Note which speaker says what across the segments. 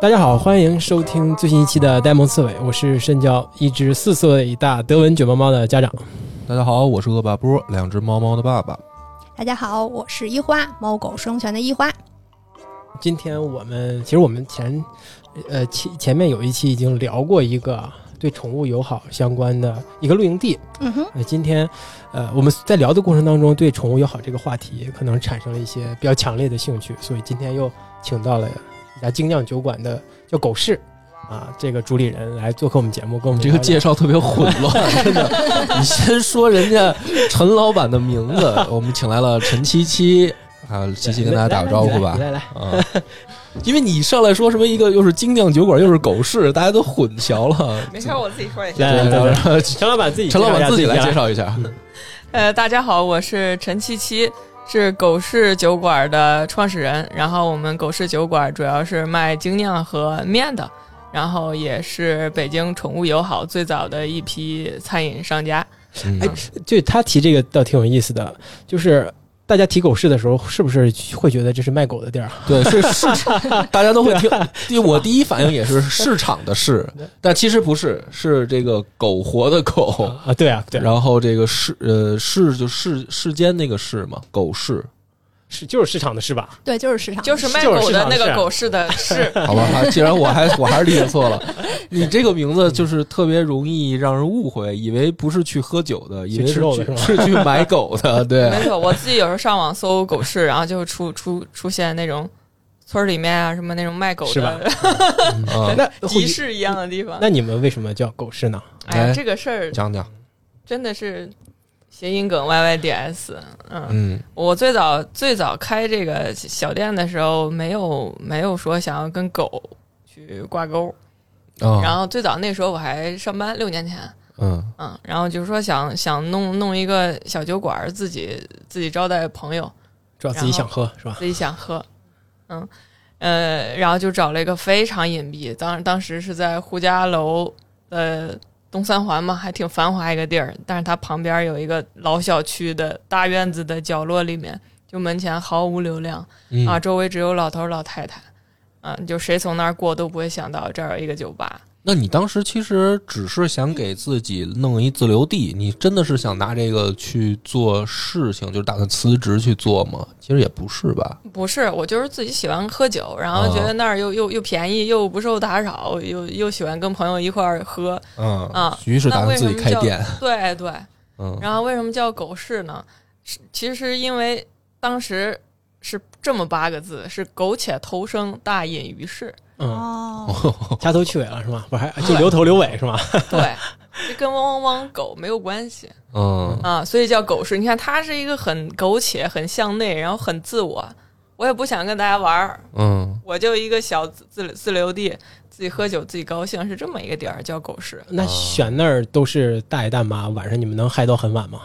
Speaker 1: 大家好，欢迎收听最新一期的呆萌刺猬，我是身教一只四岁大德文卷毛猫的家长。
Speaker 2: 大家好，我是恶霸波，两只猫猫的爸 爸。
Speaker 3: 大家好，我是一花，猫狗双全的一花。
Speaker 1: 今天我们其实我们前呃前前面有一期已经聊过一个对宠物友好相关的一个露营地，
Speaker 3: 嗯哼，
Speaker 1: 呃，今天，呃，我们在聊的过程当中，对宠物友好这个话题可能产生了一些比较强烈的兴趣，所以今天又请到了一家精酿酒馆的叫狗市啊，这个主理人来做客我们节目，跟我们
Speaker 4: 这个
Speaker 1: 介
Speaker 4: 介绍特别混 乱，真的。你先说人家陈老板的名字， 我们请来了陈七七
Speaker 2: 啊，琪琪跟大家打个招 呼吧
Speaker 1: 来。来来，
Speaker 2: 啊，
Speaker 4: 因为你上来说什么一个又是精酿酒馆又是狗市，大家都混淆了。
Speaker 5: 没事儿，我自己说也行。
Speaker 1: 来来来
Speaker 4: 对
Speaker 1: 来
Speaker 4: 然后
Speaker 1: 陈老板自己
Speaker 4: 陈老板
Speaker 1: 自
Speaker 4: 自 己来介
Speaker 1: 绍
Speaker 4: 绍一下，
Speaker 5: 呃，大家好，我是陈七七，是狗市酒馆的创始人。然后我们狗市酒馆主要是卖精酿和面的，然后也是北京宠物友好最早的一批餐饮商家。
Speaker 2: 嗯
Speaker 1: 哎一下。就他提这个倒挺有意思的，就是。大家提狗市的时候，是不是会觉得这是卖狗的地儿？啊
Speaker 4: 对，是市 场，大家都会听。第我第一反应也是市场的 市，但其实不是，是这个苟活的苟。
Speaker 1: 啊，对啊，对啊，
Speaker 4: 哦然后这个市呃市就世世间那个市嘛，狗市。
Speaker 1: 是就是市场的是吧？
Speaker 3: 对，就是市场，
Speaker 5: 就是卖狗的那
Speaker 1: 就是市场是
Speaker 5: 个
Speaker 1: 啊
Speaker 5: 狗市的 市，
Speaker 4: 好吧，还既然 我还我还是理解错了，你这个名字就是特别容易让人误会，以为不是去喝酒的，以为
Speaker 1: 去吃
Speaker 4: 是
Speaker 1: 肉的
Speaker 4: 去是去买狗 的，对
Speaker 5: 没错。我自己有时候上网搜狗市，然后就出出出现那种村儿里面啊什么那种卖狗
Speaker 1: 是 吧
Speaker 5: 的
Speaker 4: 啊，
Speaker 1: 那
Speaker 5: 集市一样的地方。
Speaker 1: 那你们为什么叫狗市呢？
Speaker 5: 哎
Speaker 4: 哎
Speaker 5: 呀，这个事儿
Speaker 2: 讲讲，
Speaker 5: 真的是谐音梗 YYDS。嗯，
Speaker 2: 嗯，
Speaker 5: 我最早最早开这个小店的时候，没有没有说想要跟狗去挂钩。然
Speaker 4: 嗯
Speaker 2: 啊，
Speaker 5: 后最早那时候我还上班，六年前。
Speaker 2: 嗯，
Speaker 5: 嗯，然后就是说想想弄弄一个小酒馆儿，自己自己招待朋友，
Speaker 1: 主要自己想喝是吧？
Speaker 5: 自己想喝，嗯，呃，然后就找了一个非常隐蔽，当当时是在呼家楼呃东三环嘛，还挺繁华一个地儿，但是它旁边有一个老小区的大院子的角落里面，就门前毫无流量
Speaker 4: 嗯
Speaker 5: 啊，周围只有老头儿老太太，啊，就谁从那儿过都不会想到这儿有一个酒吧，
Speaker 4: 那你当时其实只是想给自己弄一自留地，你真的是想拿这个去做事情，就是打算辞职去做吗？其实也不是吧，
Speaker 5: 不是，我就是自己喜欢喝酒，然后觉
Speaker 4: 哦
Speaker 5: 得那儿又、又又便宜，又不受打扰，又又喜欢跟朋友一块儿喝。
Speaker 4: 嗯
Speaker 5: 啊
Speaker 4: 于是打算自己开
Speaker 5: 那为什
Speaker 4: 店，
Speaker 5: 对对，
Speaker 4: 嗯，
Speaker 5: 啊然后为什么叫狗市呢？是其实因为当时是这么八个字：是苟且偷生，大隐于市。
Speaker 1: 嗯，
Speaker 3: 哦，
Speaker 1: 掐头去尾了是吗？不还就留头留尾 是吗？
Speaker 5: 对，这跟汪汪汪狗没有关系
Speaker 4: 嗯
Speaker 5: 啊，所以叫狗市。你看，它是一个很苟且、很向内，然后很自我。我也不想跟大家玩儿，
Speaker 4: 嗯，
Speaker 5: 我就一个小自自自留地，自己喝酒，自己高兴，是这么一个地儿，叫狗市。
Speaker 1: 那选那儿都是大爷大妈，晚上你们能嗨到很晚吗？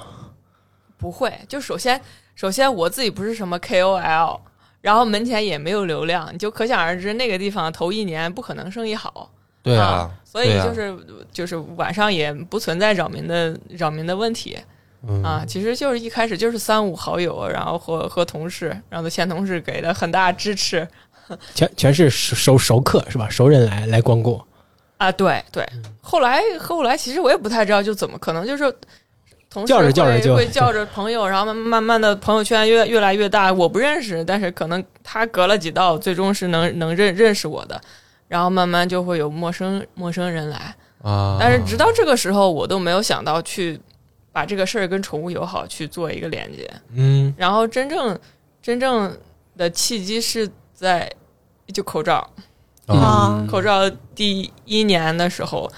Speaker 5: 不会，就首先，首先我自己不是什么 KOL，然后门前也没有流量，你就可想而知那个地方头一年不可能生意好。
Speaker 4: 对
Speaker 5: 啊
Speaker 4: 啊，
Speaker 5: 所以
Speaker 4: 对啊
Speaker 5: 就是、就是晚上也不存在扰民的扰民的问题
Speaker 1: 嗯
Speaker 5: 啊，其实就是一开始就是三五好友，然后和和同事，然后前同事给的很大支持
Speaker 1: 全全是熟熟客是吧？熟人来来光顾，
Speaker 5: 啊，对对。
Speaker 1: 嗯
Speaker 5: 后来后来其实我也不太知道就怎么可能就是同事
Speaker 1: 叫着
Speaker 5: 会
Speaker 1: 叫着就
Speaker 5: 会叫着朋友，然后慢慢慢的朋友圈越越来越大，我不认识，但是可能他隔了几道，最终是能能认认识我的，然后慢慢就会有陌生陌生人来，
Speaker 4: 啊，
Speaker 5: 但是直到这个时候，我都没有想到去把这个事儿跟宠物友好去做一个连接，
Speaker 4: 嗯
Speaker 5: 然后真正真正的契机是在就口罩，
Speaker 4: 嗯
Speaker 5: 嗯
Speaker 3: 啊
Speaker 1: 嗯
Speaker 5: 口罩第一年的时候，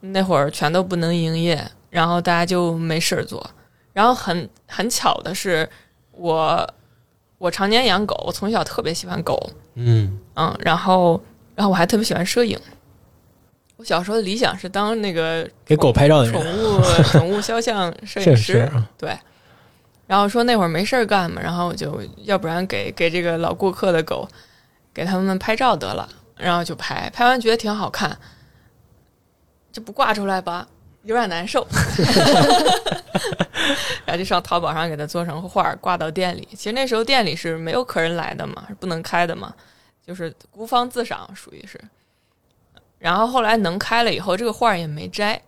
Speaker 5: 那会儿全都不能营业，然后大家就没事儿做。然后很很巧的是，我我常年养狗，我从小特别喜欢狗，
Speaker 4: 嗯
Speaker 5: 嗯，然后然后我还特别喜欢摄影。我小时候的理想是当那个
Speaker 1: 给狗拍照的
Speaker 5: 宠
Speaker 1: 人，
Speaker 5: 物宠物肖像
Speaker 1: 摄
Speaker 5: 摄影
Speaker 1: 影
Speaker 5: 师，
Speaker 1: 师啊，
Speaker 5: 对。然后说那会儿没事儿干嘛，然后我就要不然给给这个老顾客的狗，给他们拍照得了，然后就拍，拍完觉得挺好看， 这不挂出来吧，有点难受，来就上淘宝上给它做成画儿挂到店里。其实那时候店里是没有客人来的嘛，是不能开的嘛，就是孤芳自赏，属于是。然后后来能开了以后，这个画儿也没摘。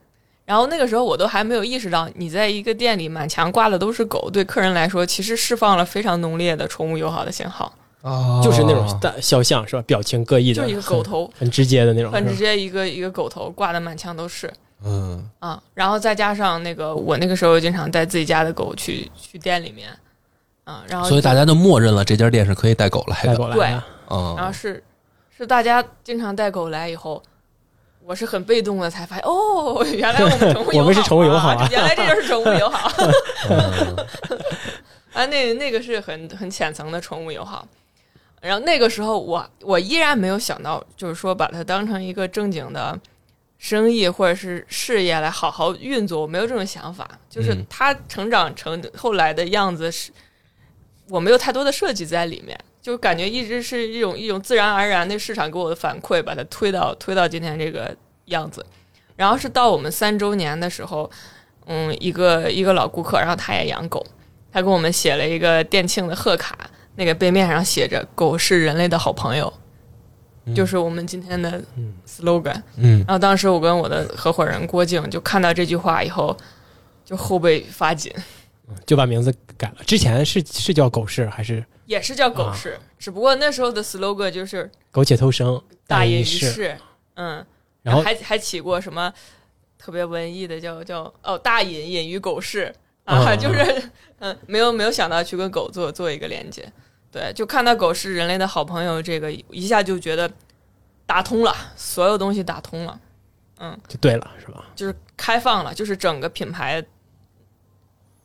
Speaker 5: 然后那个时候我都还没有意识到，你在一个店里满墙挂的都是狗，对客人来说其实释放了非常浓烈的宠物友好的信号，
Speaker 4: 啊
Speaker 1: 就是那种大肖像是吧？表情各异的，
Speaker 5: 就是一个狗头，
Speaker 1: 很，很直接的那种，
Speaker 5: 很直
Speaker 1: 是吧
Speaker 5: 接一个一个狗头挂的满墙都是
Speaker 4: 嗯，
Speaker 5: 啊，然后再加上那个我那个时候经常带自己家的狗去去店里面啊，然后
Speaker 4: 所以大
Speaker 5: 家
Speaker 4: 家就默认了这家店是可以带狗来
Speaker 1: 带
Speaker 4: 的，
Speaker 1: 过来的。啊
Speaker 5: 然后
Speaker 4: 嗯，
Speaker 5: 是是大家经常带狗来以后。我是很被动的，才发现 哦，原来我们宠物友好、啊，
Speaker 1: 我们是宠物友好啊
Speaker 5: 原来这就是宠物友好
Speaker 4: 嗯
Speaker 5: 啊！那那个是很很浅层的宠物友好。然后那个时候我，我依然没有想到，就是说把它当成一个正经的生意或者是事业来好好运作，我没有这种想法。就是
Speaker 4: 嗯
Speaker 5: 它成长成后来的样子是，我没有太多的设计在里面，就感觉一直是一种一种自然而然的市场给我的反馈，把它推到推到今天这个样子。然后是到我们三周年的时候，嗯，一个一个老顾客，然后他也养狗，他给我们写了一个店庆的贺卡，那个背面上写着“狗是人类的好朋友”，
Speaker 4: 嗯
Speaker 5: 就是我们今天的
Speaker 1: 嗯
Speaker 5: slogan。
Speaker 4: 嗯，
Speaker 5: 然后当时我跟我的合伙人郭靖就看到这句话以后，就后背发紧，
Speaker 1: 就把名字改了。之前是是叫狗市还是
Speaker 5: 也是叫狗市，只不过那时候的 slogan 就是
Speaker 1: 苟且偷生
Speaker 5: 大
Speaker 1: 隐
Speaker 5: 隐于
Speaker 1: 世？
Speaker 5: 市，嗯，
Speaker 1: 然后
Speaker 5: 还还起过什么特别文艺的叫叫哦大隐隐于狗市啊，
Speaker 1: 啊
Speaker 5: 就是嗯没有没有想到去跟狗做做一个连接，对，就看到狗是人类的好朋友，这个一下就觉得打通了，所有东西打通了，嗯。
Speaker 1: 就对了，是吧？
Speaker 5: 就是开放了，就是整个品牌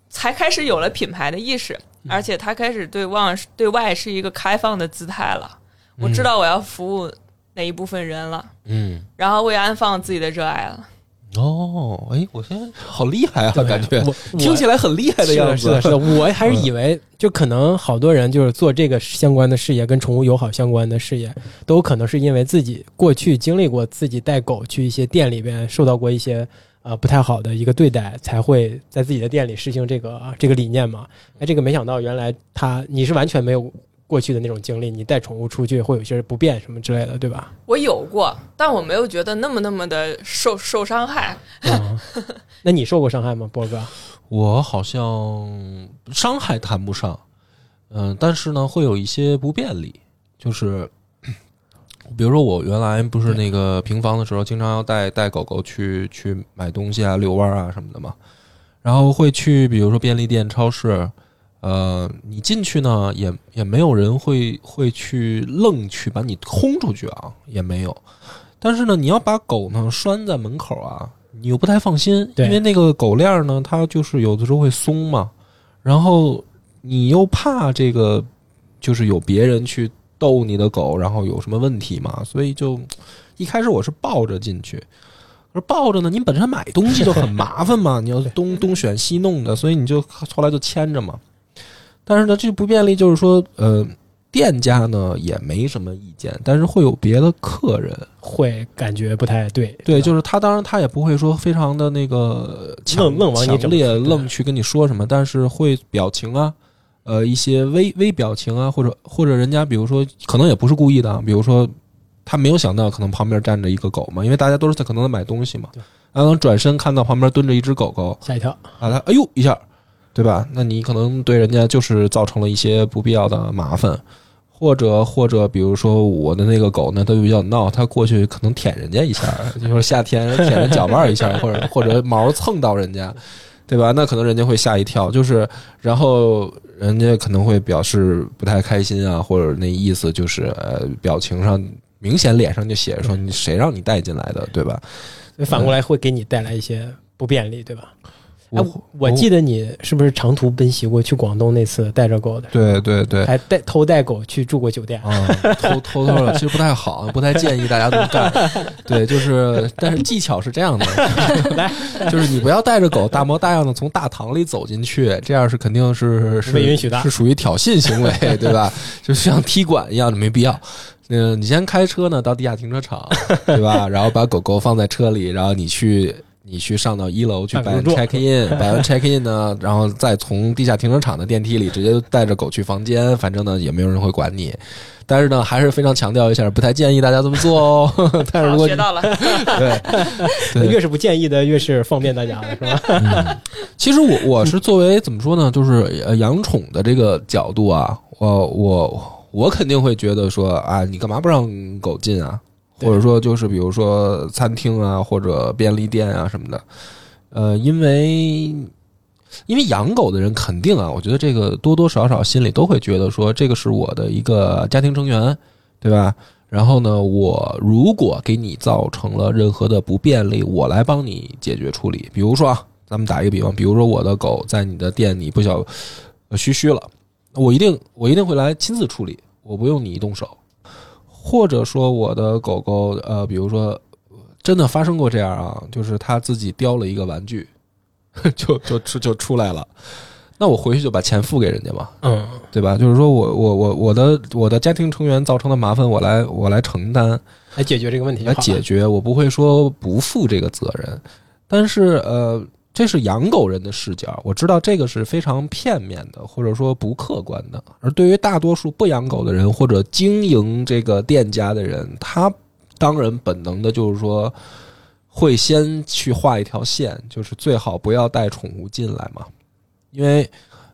Speaker 5: 才开始有了品牌的意识，
Speaker 1: 嗯
Speaker 5: 而且它开始对望对外是一个开放的姿态了。我
Speaker 1: 嗯
Speaker 5: 知道我要服务哪一部分人了，
Speaker 4: 嗯，
Speaker 5: 然后我也安放自己的热爱了。
Speaker 4: 哦，哎，我现在好厉害啊，
Speaker 1: 对
Speaker 4: 感觉
Speaker 1: 我我
Speaker 4: 听起来很厉害
Speaker 1: 是
Speaker 4: 样
Speaker 1: 的，
Speaker 4: 子，
Speaker 1: 是的，是 的，我还是以为就可能好多人就是做这个相关的事业，跟宠物友好相关的事业，都有可能是因为自己过去经历过自己带狗去一些店里边受到过一些呃不太好的一个对待，才会在自己的店里实行这个这个理念嘛。哎，这个没想到原来他你是完全没有过去的那种经历，你带宠物出去会有一些不便什么之类的，对吧？
Speaker 5: 我有过，但我没有觉得那么那么的受受伤害。
Speaker 1: 嗯、 那你受过伤害吗，波哥？
Speaker 4: 我好像伤害谈不上，嗯、但是呢，会有一些不便利，就是 比如说我原来不是那个平房的时候，经常要带带狗狗去去买东西啊、遛弯啊什么的嘛，然后会去比如说便利店、超市。呃，你进去呢，也也没有人会会去愣去把你轰出去啊，也没有。但是呢，你要把狗呢拴在门口啊，你又不太放心，
Speaker 1: 对
Speaker 4: 因为那个狗链儿呢，它就是有的时候会松嘛，然后你又怕这个就是有别人去逗你的狗，然后有什么问题嘛，所以就一开始我是抱着进去。可是抱着呢，你本身买东西就很麻烦嘛，你要东东选西弄的，所以你就后来就牵着嘛。但是呢，这不便利就是说，呃，店家呢也没什么意见，但是会有别的客人，
Speaker 1: 会感觉不太对，
Speaker 4: 对，
Speaker 1: 是吧
Speaker 4: 就是他，当然他也不会说非常的那个强
Speaker 1: 愣愣往你
Speaker 4: 强
Speaker 1: 整
Speaker 4: 烈
Speaker 1: 对
Speaker 4: 愣去跟你说什么，但是会表情啊，呃，一些微微表情啊，或者或者人家比如说可能也不是故意的啊，比如说他没有想到可能旁边站着一个狗嘛，因为大家都是在可能在买东西嘛
Speaker 1: 对，
Speaker 4: 然后转身看到旁边蹲着一只狗狗，
Speaker 1: 吓一跳。
Speaker 4: 啊，他哎呦一下，对吧？那你可能对人家就是造成了一些不必要的麻烦，或者或者比如说我的那个狗呢，它就比较闹，它过去可能舔人家一下， 就是夏天舔人脚腕儿一下，或者或者毛蹭到人家，对吧？那可能人家会吓一跳，就是然后人家可能会表示不太开心啊，或者那意思就是呃表情上。明显脸上就写着说你谁让你带进来的，对吧？
Speaker 1: 所以反过来会给你带来一些不便利，对吧？哎，我我
Speaker 4: 我
Speaker 1: 记得你是不是长途奔袭过去广东那次带着狗的，
Speaker 4: 对对对，
Speaker 1: 还带偷带狗去住过酒店？
Speaker 4: 啊、偷偷偷的，其实不太好，不太建议大家这么干。对，就是，但是技巧是 这样的，就是你不要带着狗大模大样的从大堂里走进去，这样是肯定是是
Speaker 1: 被允许的
Speaker 4: 是属于挑衅行为，对吧？ 就像踢馆一样，没必要。呃嗯，你先开车呢到地下停车场，对吧？然后把狗狗放在车里，然后你去你去上到一楼去摆完
Speaker 1: 入住
Speaker 4: check in，摆完 check in 呢，然后再从地下停车场的电梯里直接带着狗去房间，反正呢也没有人会管你。但是呢，还是非常强调一下，不太建议大家这么做哦。但是如
Speaker 5: 好
Speaker 4: 果
Speaker 5: 学
Speaker 4: 你
Speaker 5: 到了，
Speaker 4: 对对
Speaker 1: 越是不建议的，越是方便大家了，是 吧？
Speaker 4: 嗯，其实我我是作为怎么说呢，就是呃养宠的这个角度啊，我我我肯定会觉得说啊，你干嘛不让狗进啊？
Speaker 1: 对
Speaker 4: 或者说就是比如说餐厅啊，或者便利店啊什么的，呃，因为因为养狗的人肯定啊，我觉得这个多多少少心里都会觉得说，这个是我的一个家庭成员，对吧？然后呢，我如果给你造成了任何的不便利，我来帮你解决处理。比如说啊，咱们打一个比方，比如说我的狗在你的店里不小呃嘘嘘了，我一定我一定会来亲自处理，我不用你动手。或者说我的狗狗呃，比如说真的发生过这样啊，就是它自己叼了一个玩具， 就就出就出来了，那我回去就把钱付给人家嘛。
Speaker 1: 嗯，
Speaker 4: 对吧？就是说我我我我的我的家庭成员造成的麻烦，我来我来承担
Speaker 1: 来哎解决这个问题就
Speaker 4: 来
Speaker 1: 好了。
Speaker 4: 解决，我不会说不负这个责任。但是呃，这是养狗人的视角，我知道这个是非常片面的，或者说不客观的。而对于大多数不养狗的人或者经营这个店家的人，他当然本能的就是说。会先去画一条线，就是最好不要带宠物进来嘛，因为，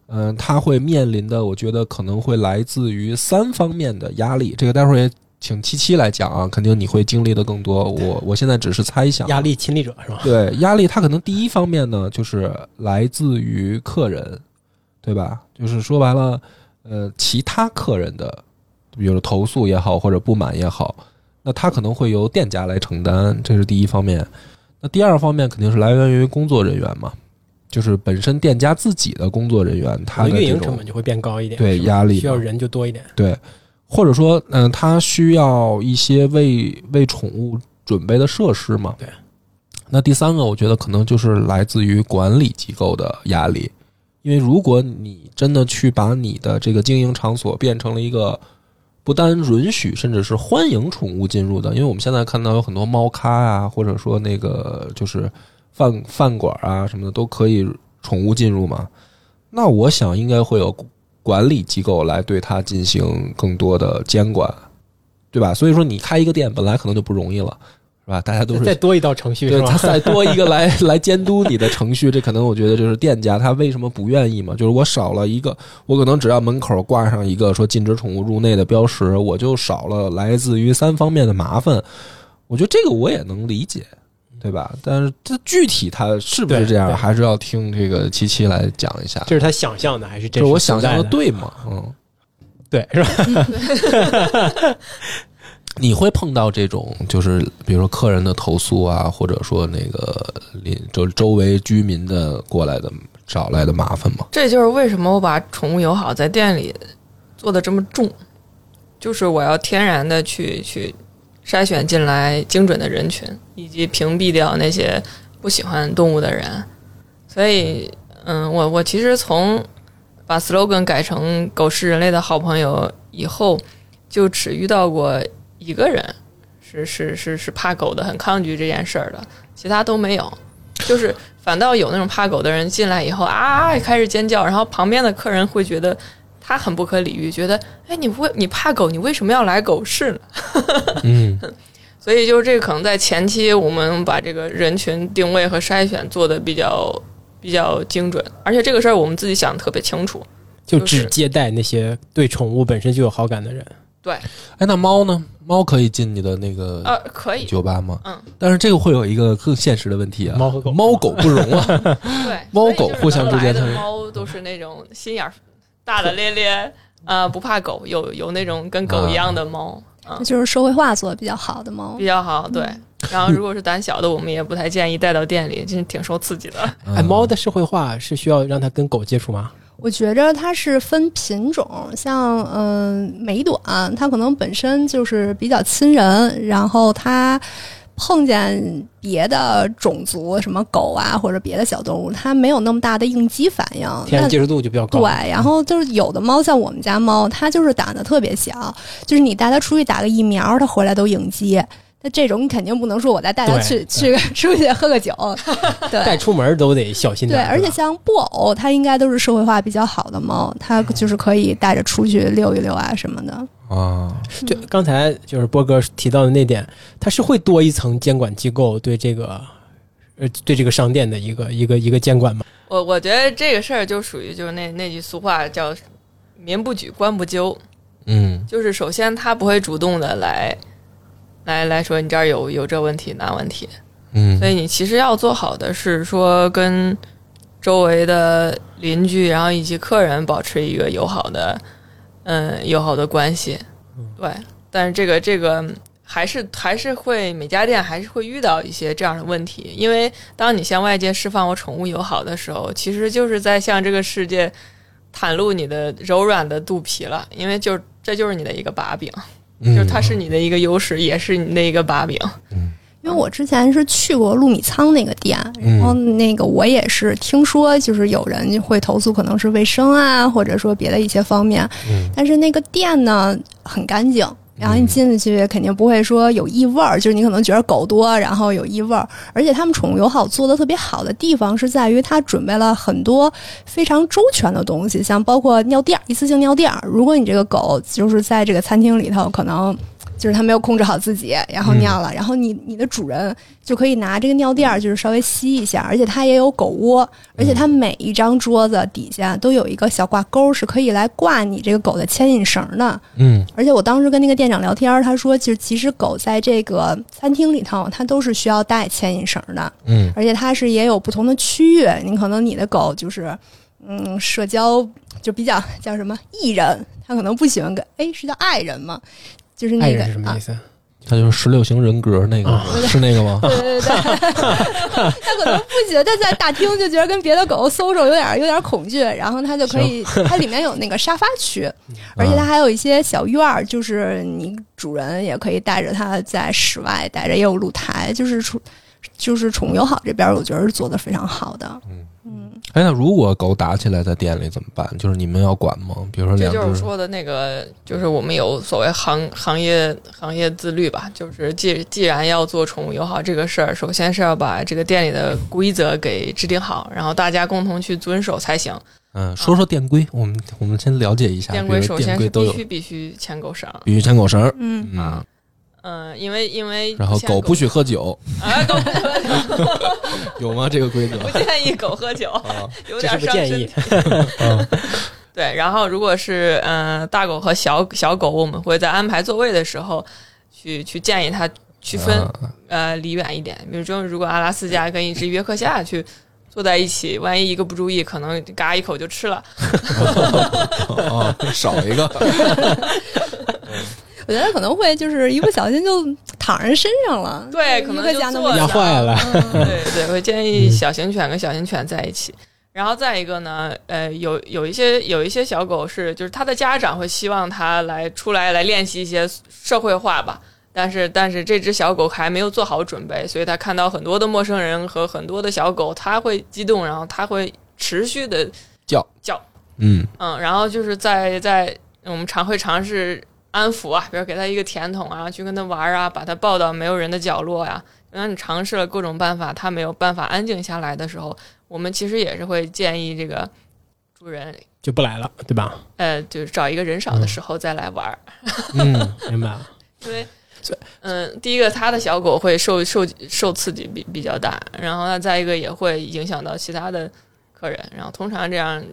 Speaker 4: 嗯、他会面临的，我觉得可能会来自于三方面的压力。这个待会儿也请七七来讲啊，肯定你会经历的更多。我我现在只是猜想，啊
Speaker 1: 压力亲历者是 吧？
Speaker 4: 对压力，它可能第一方面呢，就是来自于客人，对吧？就是说白了，呃，其他客人的，比如说投诉也好，或者不满也好，那他可能会由店家来承担，这是第一方面。那第二方面肯定是来源于工作人员嘛，就是本身店家自己的工作人员，他的
Speaker 1: 运
Speaker 4: 这
Speaker 1: 营成
Speaker 4: 种
Speaker 1: 本就会变高一点，
Speaker 4: 对
Speaker 1: 是吧
Speaker 4: 压力
Speaker 1: 需要
Speaker 4: 嘛
Speaker 1: 人就多一点。
Speaker 4: 对，或者说，嗯、它需要一些为为宠物准备的设施嘛。
Speaker 1: 对。
Speaker 4: 那第三个，我觉得可能就是来自于管理机构的压力，因为如果你真的去把你的这个经营场所变成了一个不单允许，甚至是欢迎宠物进入的，因为我们现在看到有很多猫咖啊，或者说那个就是饭饭馆啊什么的都可以宠物进入嘛，那我想应该会有管理机构来对它进行更多的监管，对吧？所以说你开一个店本来可能就不容易了，是吧？大家都是
Speaker 1: 再多一道程序是
Speaker 4: 对，
Speaker 1: 吧
Speaker 4: 他？再多一个来 来监督你的程序，这可能我觉得就是店家他为什么不愿意嘛？就是我少了一个，我可能只要门口挂上一个说禁止宠物入内的标识，我就少了来自于三方面的麻烦。我觉得这个我也能理解，对吧？但是这具体它是不是
Speaker 1: 对
Speaker 4: 这样，
Speaker 1: 对
Speaker 4: 还是要听这个七七来讲一下。
Speaker 1: 这是他想象的还是
Speaker 4: 就
Speaker 1: 真
Speaker 4: 是
Speaker 1: 实
Speaker 4: 我想象
Speaker 1: 存在
Speaker 4: 的
Speaker 1: 的？
Speaker 4: 对吗？嗯，
Speaker 1: 对，是吧？
Speaker 4: 你会碰到这种，就是比如说客人的投诉啊，或者说那个邻就周围居民的过来的找来的麻烦吗？
Speaker 5: 这就是为什么我把宠物友好在店里做的这么重，就是我要天然的去去筛选进来精准的人群，以及屏蔽掉那些不喜欢动物的人。所以，嗯，我我其实从把 slogan 改成“狗是人类的好朋友”以后，就只遇到过一个人是是是是怕狗的，很抗拒这件事儿的，其他都没有。就是反倒有那种怕狗的人进来以后啊，开始尖叫，然后旁边的客人会觉得他很不可理喻，觉得哎，你为你怕狗，你为什么要来狗市呢？
Speaker 4: 嗯，
Speaker 5: 所以就是这个可能在前期我们把这个人群定位和筛选做的比较比较精准，而且这个事儿我们自己想的特别清楚。
Speaker 1: 就
Speaker 5: 就是
Speaker 1: 只接待那些对宠物本身就有好感的人。
Speaker 4: 哎，那猫呢？猫可以进你的那个
Speaker 5: 呃，可以，
Speaker 4: 酒吧吗？
Speaker 5: 嗯，
Speaker 4: 但是这个会有一个更现实的问题啊，
Speaker 1: 猫和狗
Speaker 4: 猫狗不容啊。
Speaker 5: 对，
Speaker 4: 猫
Speaker 5: 所以
Speaker 4: 狗
Speaker 5: 就是
Speaker 4: 互相
Speaker 5: 能
Speaker 4: 之间
Speaker 5: 来的
Speaker 4: 它是
Speaker 5: 猫都是那种心眼儿大大咧咧，呃，不怕狗，有有那种跟狗一样的猫，啊
Speaker 3: 那就是社会化做的比较好的猫
Speaker 5: 比。较好，对。然后，如果是胆小的，我们也不太建议带到店里，真 是挺受刺激的。
Speaker 4: 嗯
Speaker 3: 嗯
Speaker 1: 哎，猫的社会化是需要让它跟狗接触吗？
Speaker 3: 我觉着它是分品种，像嗯、呃、美短，它可能本身就是比较亲人，然后它碰见别的种族，什么狗啊或者别的小动物，它没有那么大的应激反应。
Speaker 1: 天
Speaker 3: 那
Speaker 1: 然接受度就比较高。
Speaker 3: 对，然后就是有的猫，像我们家猫，它就是胆子特别小，就是你带它出去打个疫苗，它回来都应激。那这种你肯定不能说我带大家
Speaker 1: 对
Speaker 3: 去去出去 喝个酒，
Speaker 1: 带
Speaker 3: 对
Speaker 1: 出门都得小心
Speaker 3: 对，
Speaker 1: 点儿。
Speaker 3: 而且
Speaker 1: 是吧
Speaker 3: 像布偶，它应该都是社会化比较好的猫，它就是可以带着出去溜一溜啊什么的。
Speaker 4: 啊，
Speaker 1: 对
Speaker 3: 嗯
Speaker 1: 刚才就是波哥提到的那点，它是会多一层监管机构对这个呃对这个商店的一个一个一个监管嘛。
Speaker 5: 我我觉得这个事儿就属于就是那那句俗话叫“民不举，官不究”，
Speaker 4: 嗯
Speaker 5: 就是首先他不会主动的来来来说你这儿有有这问题那问题，
Speaker 4: 嗯
Speaker 5: 所以你其实要做好的是说跟周围的邻居，然后以及客人保持一个友好的，嗯，友好的关系。对，但是这个这个还是还是会每家店还是会遇到一些这样的问题，因为当你向外界释放我宠物友好的时候，其实就是在向这个世界袒露你的柔软的肚皮了，因为就这就是你的一个把柄，
Speaker 4: 嗯
Speaker 5: 就是它是你的一个优势，也是你的一个把柄。
Speaker 3: 因为我之前是去过鹿米仓那个店，
Speaker 4: 嗯
Speaker 3: 然后
Speaker 1: 嗯
Speaker 3: 那个我也是听说，就是有人会投诉，可能是卫生啊，或者说别的一些方面。
Speaker 4: 嗯
Speaker 3: 但是那个店呢很干净，然后你进去肯定不会说有异味儿，就是你可能觉得狗多，然后有异味儿。而且他们宠物友好做的特别好的地方是在于，他准备了很多非常周全的东西，像包括尿垫儿、一次性尿垫儿。如果你这个狗就是在这个餐厅里头，可能就是它没有控制好自己，然后尿了，然后你你的主人就可以拿这个尿垫儿，就是稍微吸一下，而且它也有狗窝，而且它每一张桌子底下都有一个小挂钩，是可以来挂你这个狗的牵引绳的。
Speaker 4: 嗯
Speaker 3: 而且我当时跟那个店长聊天儿，他说，就是其实狗在这个餐厅里头，它都是需要带牵引绳的。
Speaker 4: 嗯
Speaker 3: 而且它是也有不同的区域，你可能你的狗就是，嗯，社交就比较叫什么艺人，它可能不喜欢跟哎是叫爱人吗？就是
Speaker 1: 爱
Speaker 3: 那个
Speaker 1: 人是什么
Speaker 3: 啊
Speaker 1: 意，思？
Speaker 4: 他就是十六型人格那
Speaker 1: 啊
Speaker 4: 个是那个吗？
Speaker 3: 对 对对，对它可能不喜欢，它在大厅就觉得跟别的狗搜搜有点有点恐惧，然后它就可以， 它里面有那个沙发区，而且它还有一些小院儿，就是你主人也可以带着它在室外待着，也有露台，就是宠就是宠物友好这边，我觉得是做的非常好的。
Speaker 4: 哎，那如果狗打起来在店里怎么办？就是你们要管吗？比如说
Speaker 5: 这
Speaker 4: 两
Speaker 5: 就是我
Speaker 4: 只，
Speaker 5: 说的那个，就是我们有所谓行行业行业自律吧，就是既既然要做宠物友好这个事儿，首先是要把这个店里的规则给制定好，然后大家共同去遵守才行。
Speaker 4: 嗯，说说店规，我们我们先了解一下，
Speaker 5: 店
Speaker 4: 比
Speaker 5: 规
Speaker 4: 如
Speaker 5: 啊首
Speaker 4: 店
Speaker 5: 先
Speaker 4: 规
Speaker 5: 是
Speaker 4: 都
Speaker 5: 必
Speaker 4: 有，
Speaker 5: 须必须牵狗绳，
Speaker 4: 必须牵狗绳儿，
Speaker 3: 嗯
Speaker 4: 嗯，
Speaker 5: 嗯，因为因为
Speaker 4: 然后
Speaker 5: 现在
Speaker 4: 狗不许喝酒，
Speaker 5: 啊，狗不喝酒，
Speaker 4: 有吗？这个 规则？
Speaker 5: 不建议狗喝酒，
Speaker 4: 啊
Speaker 5: 有
Speaker 1: 这是
Speaker 5: 点
Speaker 1: 不
Speaker 5: 伤
Speaker 1: 建
Speaker 5: 身
Speaker 1: 议。
Speaker 4: 嗯
Speaker 5: 对，然后如果是嗯、呃大狗和小小狗，我们会在安排座位的时候去去建议它区分、
Speaker 4: 啊
Speaker 5: 呃离远一点。比如说，如果阿拉斯加跟一只约克夏去坐在一起，万一一个不注意，可能嘎一口就吃了。
Speaker 4: 哦， 少一个，
Speaker 3: 我觉得可能会就是一不小心就躺人身上了，
Speaker 5: 对
Speaker 3: 就
Speaker 5: 可能
Speaker 3: 一嗯个
Speaker 5: 就
Speaker 3: 家那
Speaker 5: 坐
Speaker 3: 么
Speaker 5: 着
Speaker 1: 压
Speaker 3: 小
Speaker 1: 坏了，
Speaker 5: 对对，我建议小型犬跟小型犬在一起。然后再一个呢，呃，有有一些有一些小狗是，就是它的家长会希望它来出来来练习一些社会化吧。但是但是这只小狗还没有做好准备，所以它看到很多的陌生人和很多的小狗，它会激动，然后它会持续的
Speaker 4: 叫
Speaker 5: 叫，
Speaker 4: 嗯
Speaker 5: 嗯，然后就是在在我们常会尝试安抚啊，比如给他一个甜筒啊，去跟他玩啊，把他抱到没有人的角落呀、当你尝试了各种办法，他没有办法安静下来的时候，我们其实也是会建议这个主人，
Speaker 1: 就不来了，对吧？
Speaker 5: 呃，就是找一个人少的时候再来玩儿，
Speaker 4: 嗯，
Speaker 1: 明白了。
Speaker 5: 因为
Speaker 1: 这。
Speaker 5: 嗯，第一个，他的小狗会受受受刺激比比较大，然后呢，再一个也会影响到其他的客人，然后通常这样，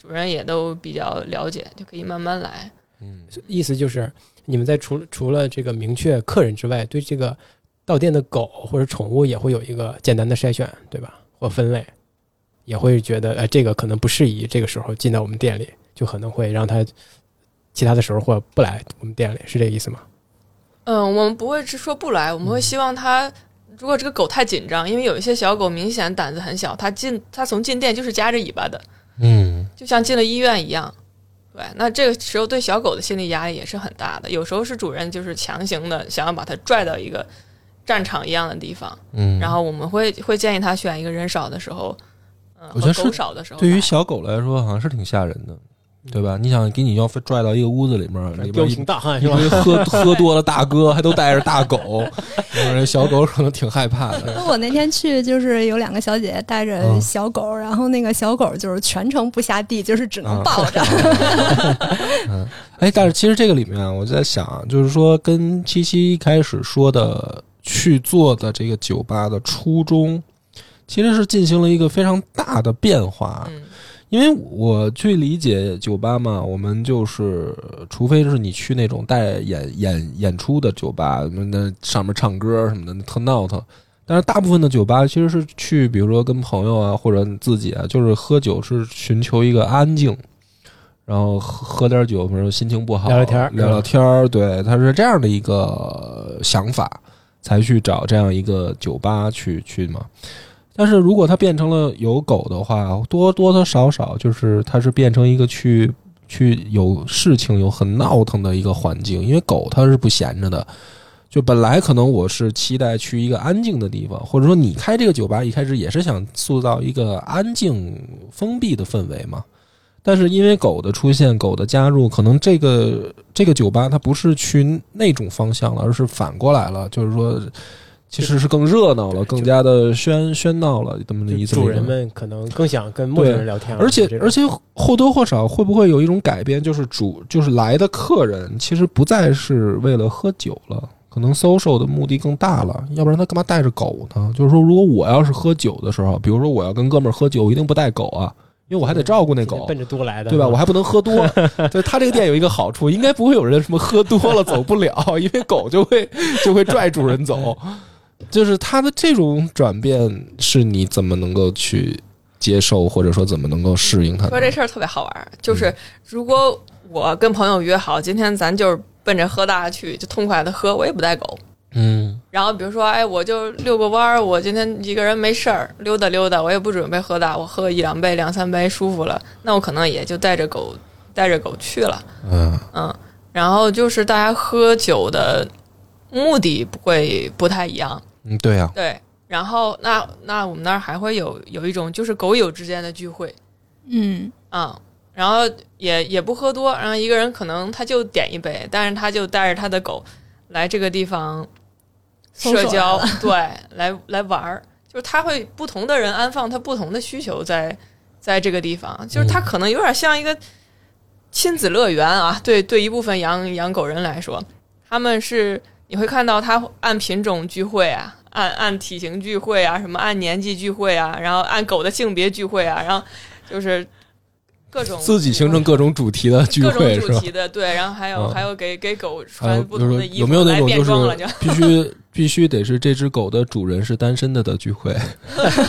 Speaker 5: 主人也都比较了解，就可以慢慢来。
Speaker 4: 嗯
Speaker 5: 嗯
Speaker 1: 意思就是，你们在除除了这个明确客人之外，对这个到店的狗或者宠物也会有一个简单的筛选，对吧？或分类，也会觉得，哎，这个可能不适宜这个时候进到我们店里，就可能会让它其他的时候或者不来我们店里，是这个意思吗？
Speaker 5: 嗯，我们不会是说不来，我们
Speaker 4: 嗯
Speaker 5: 会希望它，如果这个狗太紧张，因为有一些小狗明显胆子很小，它进它从进店就是夹着尾巴的，
Speaker 4: 嗯
Speaker 5: 就像进了医院一样。对，那这个时候对小狗的心理压力也是很大的，有时候是主人就是强行的想要把它拽到一个战场一样的地方，
Speaker 4: 嗯，
Speaker 5: 然后我们会会建议他选一个人少的时候，嗯、
Speaker 4: 我觉得
Speaker 5: 和
Speaker 4: 是
Speaker 5: 狗少的时候来。
Speaker 4: 对于小狗来说，好像是挺吓人的。
Speaker 5: 嗯
Speaker 4: 对吧？你想给你要非拽到一个屋子里
Speaker 5: 哎
Speaker 4: 面，里
Speaker 1: 彪
Speaker 4: 边一
Speaker 1: 形大汉
Speaker 4: 一
Speaker 1: 是吧？
Speaker 4: 堆喝 喝多了大哥，还都带着大狗，然后这小狗可能挺害怕的。
Speaker 3: 我那天去就是有两个小姐姐带着
Speaker 4: 嗯
Speaker 3: 小狗，然后那个小狗就是全程不下地，就是
Speaker 4: 嗯
Speaker 3: 只能抱 着。
Speaker 4: 啊哎，但是其实这个里面啊，我在想，就是说跟七七一开始说的去做的这个酒吧的初衷，其实是进行了一个非常大的变化。啊
Speaker 5: 嗯
Speaker 4: 因为我去理解酒吧嘛，我们就是，除非是你去那种带演演演出的酒吧，什么那上面唱歌什么的，那特闹腾。但是大部分的酒吧其实是去，比如说跟朋友啊，或者你自己啊，就是喝酒是寻求一个安静，然后喝喝点酒，比如说心情不好
Speaker 1: 聊聊天儿
Speaker 4: 聊聊天儿，对，他是这样的一个想法，才去找这样一个酒吧去去嘛。但是如果它变成了有狗的话，多多多少少就是它是变成一个去去有事情、有很闹腾的一个环境，因为狗它是不闲着的。就本来可能我是期待去一个安静的地方，或者说你开这个酒吧一开始也是想塑造一个安静、封闭的氛围嘛。但是因为狗的出现、狗的加入，可能这个这个酒吧它不是去那种方向了，而是反过来了，就是说其实是更热闹了，更加的喧喧闹了，这么的
Speaker 1: 就
Speaker 4: 一这么一
Speaker 1: 主
Speaker 4: 个
Speaker 1: 人们可能更想跟陌生人聊天了，
Speaker 4: 而且
Speaker 1: 这种
Speaker 4: 而且或多或少会不会有一种改变，就是主就是来的客人其实不再是为了喝酒了，可能 social 的目的更大了，要不然他干嘛带着狗呢？就是说，如果我要是喝酒的时候，比如说我要跟哥们儿喝酒，我一定不带狗啊，因为我还得照顾那狗。
Speaker 1: 奔着多来的，
Speaker 4: 对吧？
Speaker 1: 是
Speaker 4: 我还不能喝多，对他这个店有一个好处，应该不会有人什么喝多了走不了，因为狗就会就会拽主人走。就是他的这种转变，是你怎么能够去接受，或者说怎么能够适应它的？
Speaker 5: 说这事儿特别好玩儿，就是如果我跟朋友约好，今天咱就是奔着喝大去，就痛快的喝，我也不带狗。
Speaker 4: 嗯
Speaker 5: 然后比如说，哎，我就遛个弯儿，我今天一个人没事儿溜达溜达，我也不准备喝大，我喝个一两杯、两三杯舒服了，那我可能也就带着狗带着狗去了。
Speaker 4: 嗯
Speaker 5: 嗯，然后就是大家喝酒的目的不会不太一样，
Speaker 4: 嗯，对呀、
Speaker 5: 对。然后那那我们那儿还会有有一种就是狗友之间的聚会
Speaker 3: 嗯，
Speaker 5: 啊、然后也也不喝多，然后一个人可能他就点一杯，但是他就带着他的狗来这个地方
Speaker 3: 搜索
Speaker 5: 社交
Speaker 3: 来，
Speaker 5: 对，来来玩儿，就是他会不同的人安放他不同的需求在在这个地方，就是他可能有点像一个亲子乐园啊，对对，一部分养养狗人来说，他们是你会看到他按品种聚会啊，按按体型聚会啊，什么按年纪聚会啊，然后按狗的性别聚会啊，然后就是各种
Speaker 4: 自己形成各种主题的聚
Speaker 5: 各
Speaker 4: 会
Speaker 5: 种
Speaker 4: 是
Speaker 5: 主
Speaker 4: 吧？
Speaker 5: 题的，对，然后还有、
Speaker 4: 嗯
Speaker 5: 还有给给狗
Speaker 4: 还有
Speaker 5: 穿
Speaker 4: 比
Speaker 5: 不
Speaker 4: 如
Speaker 5: 同
Speaker 4: 说
Speaker 5: 的衣服，
Speaker 4: 有没有那
Speaker 5: 来
Speaker 4: 种
Speaker 5: 变
Speaker 4: 就
Speaker 5: 装了就是
Speaker 4: 必须必须得是这只狗的主人是单身的的聚会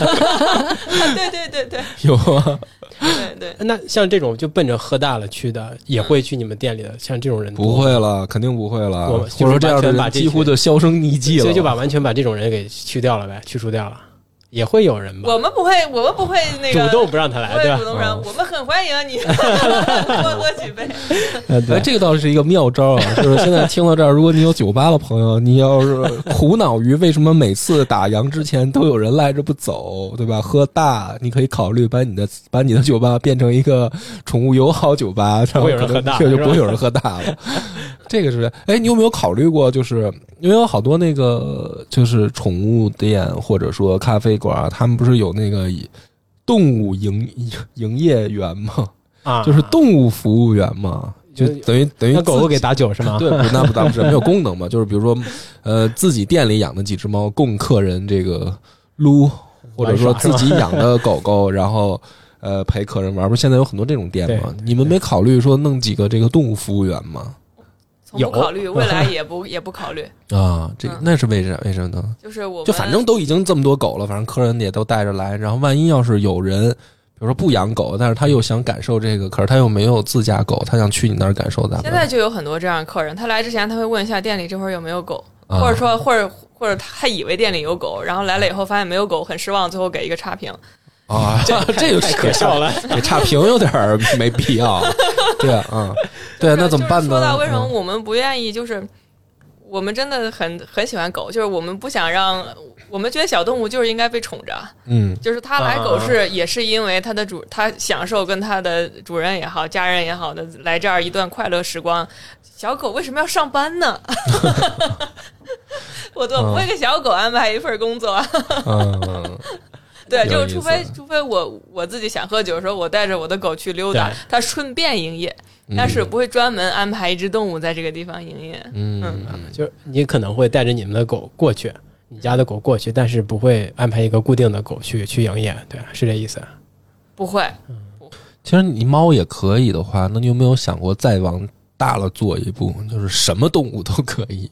Speaker 5: 对对对对
Speaker 4: 有啊？
Speaker 5: 对 对，
Speaker 1: 那像这种就奔着喝大了去的，也会去你们店里的，像这种人多
Speaker 4: 不，会了，肯定不会了。
Speaker 1: 我
Speaker 4: 或
Speaker 1: 们
Speaker 4: 者说这样的
Speaker 1: 就是完全把
Speaker 4: 人
Speaker 1: 这
Speaker 4: 几乎就销声匿迹了，
Speaker 1: 所以就把完全把这种人给去掉了呗，去除掉了，也会有人吧
Speaker 5: 我，们不会，我们不会那
Speaker 1: 主
Speaker 5: 个
Speaker 1: 动不让他
Speaker 5: 不
Speaker 1: 来，
Speaker 5: 会
Speaker 1: 对吧嗯
Speaker 5: 主？动让，
Speaker 4: 啊
Speaker 5: 我们很欢迎你 多喝几杯。
Speaker 1: 哎
Speaker 4: 哎，
Speaker 1: 对
Speaker 4: 这个倒是一个妙招 啊！就是现在听到这儿，如果你有酒吧的朋友，你要是苦恼于为什么每次打烊之前都有人赖着不走，对吧？喝大，你可以考虑把你的 把你的酒吧变成一个宠物友好酒吧， 然
Speaker 1: 不
Speaker 4: 后
Speaker 1: 会有人
Speaker 4: 可
Speaker 1: 喝
Speaker 4: 能
Speaker 1: 大
Speaker 4: 就就不
Speaker 1: 是吧
Speaker 4: 会有人喝大了。这个是，哎，你有没有考虑过？就是因为有好多那个就是宠物店或者说咖啡馆啊，他们不是有那个动物营营业员吗？
Speaker 1: 啊，
Speaker 4: 就是动物服务员嘛，就
Speaker 1: 有
Speaker 4: 等于等于
Speaker 1: 那狗
Speaker 4: 自
Speaker 1: 狗
Speaker 4: 己
Speaker 1: 给打酒是吗？
Speaker 4: 对，不那不当是没有功能嘛，就是比如说，呃，自己店里养的几只猫供客人这个撸，或者说
Speaker 1: 玩耍是
Speaker 4: 自
Speaker 1: 吧
Speaker 4: 己养的狗狗，然后呃陪客人玩，不是现在有很多这种店吗？你们没考虑说弄几个这个动物服务员吗？
Speaker 5: 从不
Speaker 1: 有
Speaker 5: 考虑，未来也不也不考虑，
Speaker 4: 啊，这个
Speaker 5: 嗯
Speaker 4: 那是为啥？为什么呢？
Speaker 5: 就是我们
Speaker 4: 就反正都已经这么多狗了，反正客人也都带着来。然后万一要是有人，比如说不养狗，但是他又想感受这个，可是他又没有自家狗，他想去你那儿感受咱们。
Speaker 5: 现在就有很多这样的客人，他来之前他会问一下店里这会儿有没有狗，
Speaker 4: 啊
Speaker 5: 或者说或者或者他以为店里有狗，然后来了以后发现没有狗，很失望，最后给一个差评。
Speaker 4: 啊，这这个
Speaker 1: 太
Speaker 4: 是
Speaker 1: 可 笑了，
Speaker 4: 给差评有点儿没必 要。对啊，嗯，对啊，那怎么办
Speaker 5: 就是
Speaker 4: 呢？
Speaker 5: 说到为什么
Speaker 4: 嗯
Speaker 5: 我们不愿意，就是我们真的很很喜欢狗，就是我们不想让我们觉得小动物就是应该被宠着，
Speaker 2: 嗯，
Speaker 5: 就是它来狗市也是因为它的主，它享受跟它的主人也好、家人也好的来这儿一段快乐时光。小狗为什么要上班呢？ 我怎么不会给小狗安排一份工作啊？
Speaker 2: 嗯嗯
Speaker 5: 对，
Speaker 2: 有
Speaker 5: 就
Speaker 2: 意
Speaker 5: 是
Speaker 2: 思
Speaker 5: 除非除非我我自己想喝酒的时候，我带着我的狗去溜达
Speaker 1: 对，
Speaker 5: 它顺便营业，
Speaker 2: 嗯
Speaker 5: 但是不会专门安排一只动物在这个地方营业。
Speaker 4: 嗯，
Speaker 1: 就是你可能会带着你们的狗过去，你家的狗过去，但是不会安排一个固定的狗去去营业，对，是这意思。
Speaker 5: 不会，
Speaker 4: 其实你猫也可以的话，那你有没有想过再往大了做一步，就是什么动物都可以？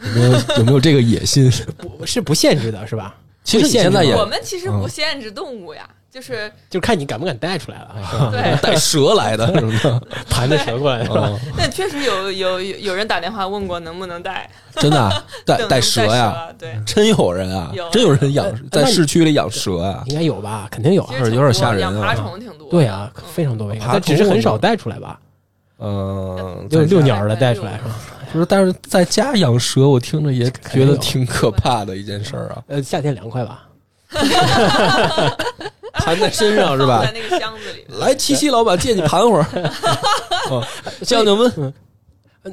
Speaker 4: 有没有有没有这个野心？
Speaker 1: 不是不限制的，是吧？
Speaker 4: 其实你现在也。
Speaker 5: 我们其实不
Speaker 2: 嗯
Speaker 5: 限制动物呀，就是
Speaker 1: 就看你敢不敢带出来了，是 吧？
Speaker 5: 对
Speaker 4: 带蛇来的什么的，
Speaker 1: 盘着蛇过来，是吧？
Speaker 4: 嗯
Speaker 5: 但确实有有有有人打电话问过能不能带
Speaker 4: 真的 啊带
Speaker 5: 能
Speaker 4: 带
Speaker 5: 带
Speaker 4: 蛇呀？
Speaker 5: 蛇，嗯对，
Speaker 4: 真有人啊
Speaker 5: 有，呃
Speaker 4: 真有人养
Speaker 1: 那
Speaker 4: 在
Speaker 1: 你
Speaker 4: 市区里养蛇啊？
Speaker 1: 应该有吧？肯定有啊
Speaker 5: 其。实挺
Speaker 4: 有点吓
Speaker 5: 多
Speaker 4: 人啊
Speaker 5: 养爬虫挺多，嗯
Speaker 1: 对啊，非 常多应该，但只是很少带出来吧？
Speaker 4: 嗯，
Speaker 1: 遛
Speaker 4: 在
Speaker 1: 遛鸟儿的带出来是吧？
Speaker 4: 不是，但是在家养蛇，我听着也
Speaker 1: 定
Speaker 4: 觉
Speaker 1: 有
Speaker 4: 得挺可怕的一件 事儿啊，
Speaker 1: 呃，夏天凉快吧？
Speaker 4: 盘在身上是
Speaker 5: 放
Speaker 4: 吧
Speaker 5: 在？那个箱子里面，
Speaker 4: 来，七七老板借你盘会儿，降降温。
Speaker 1: 呃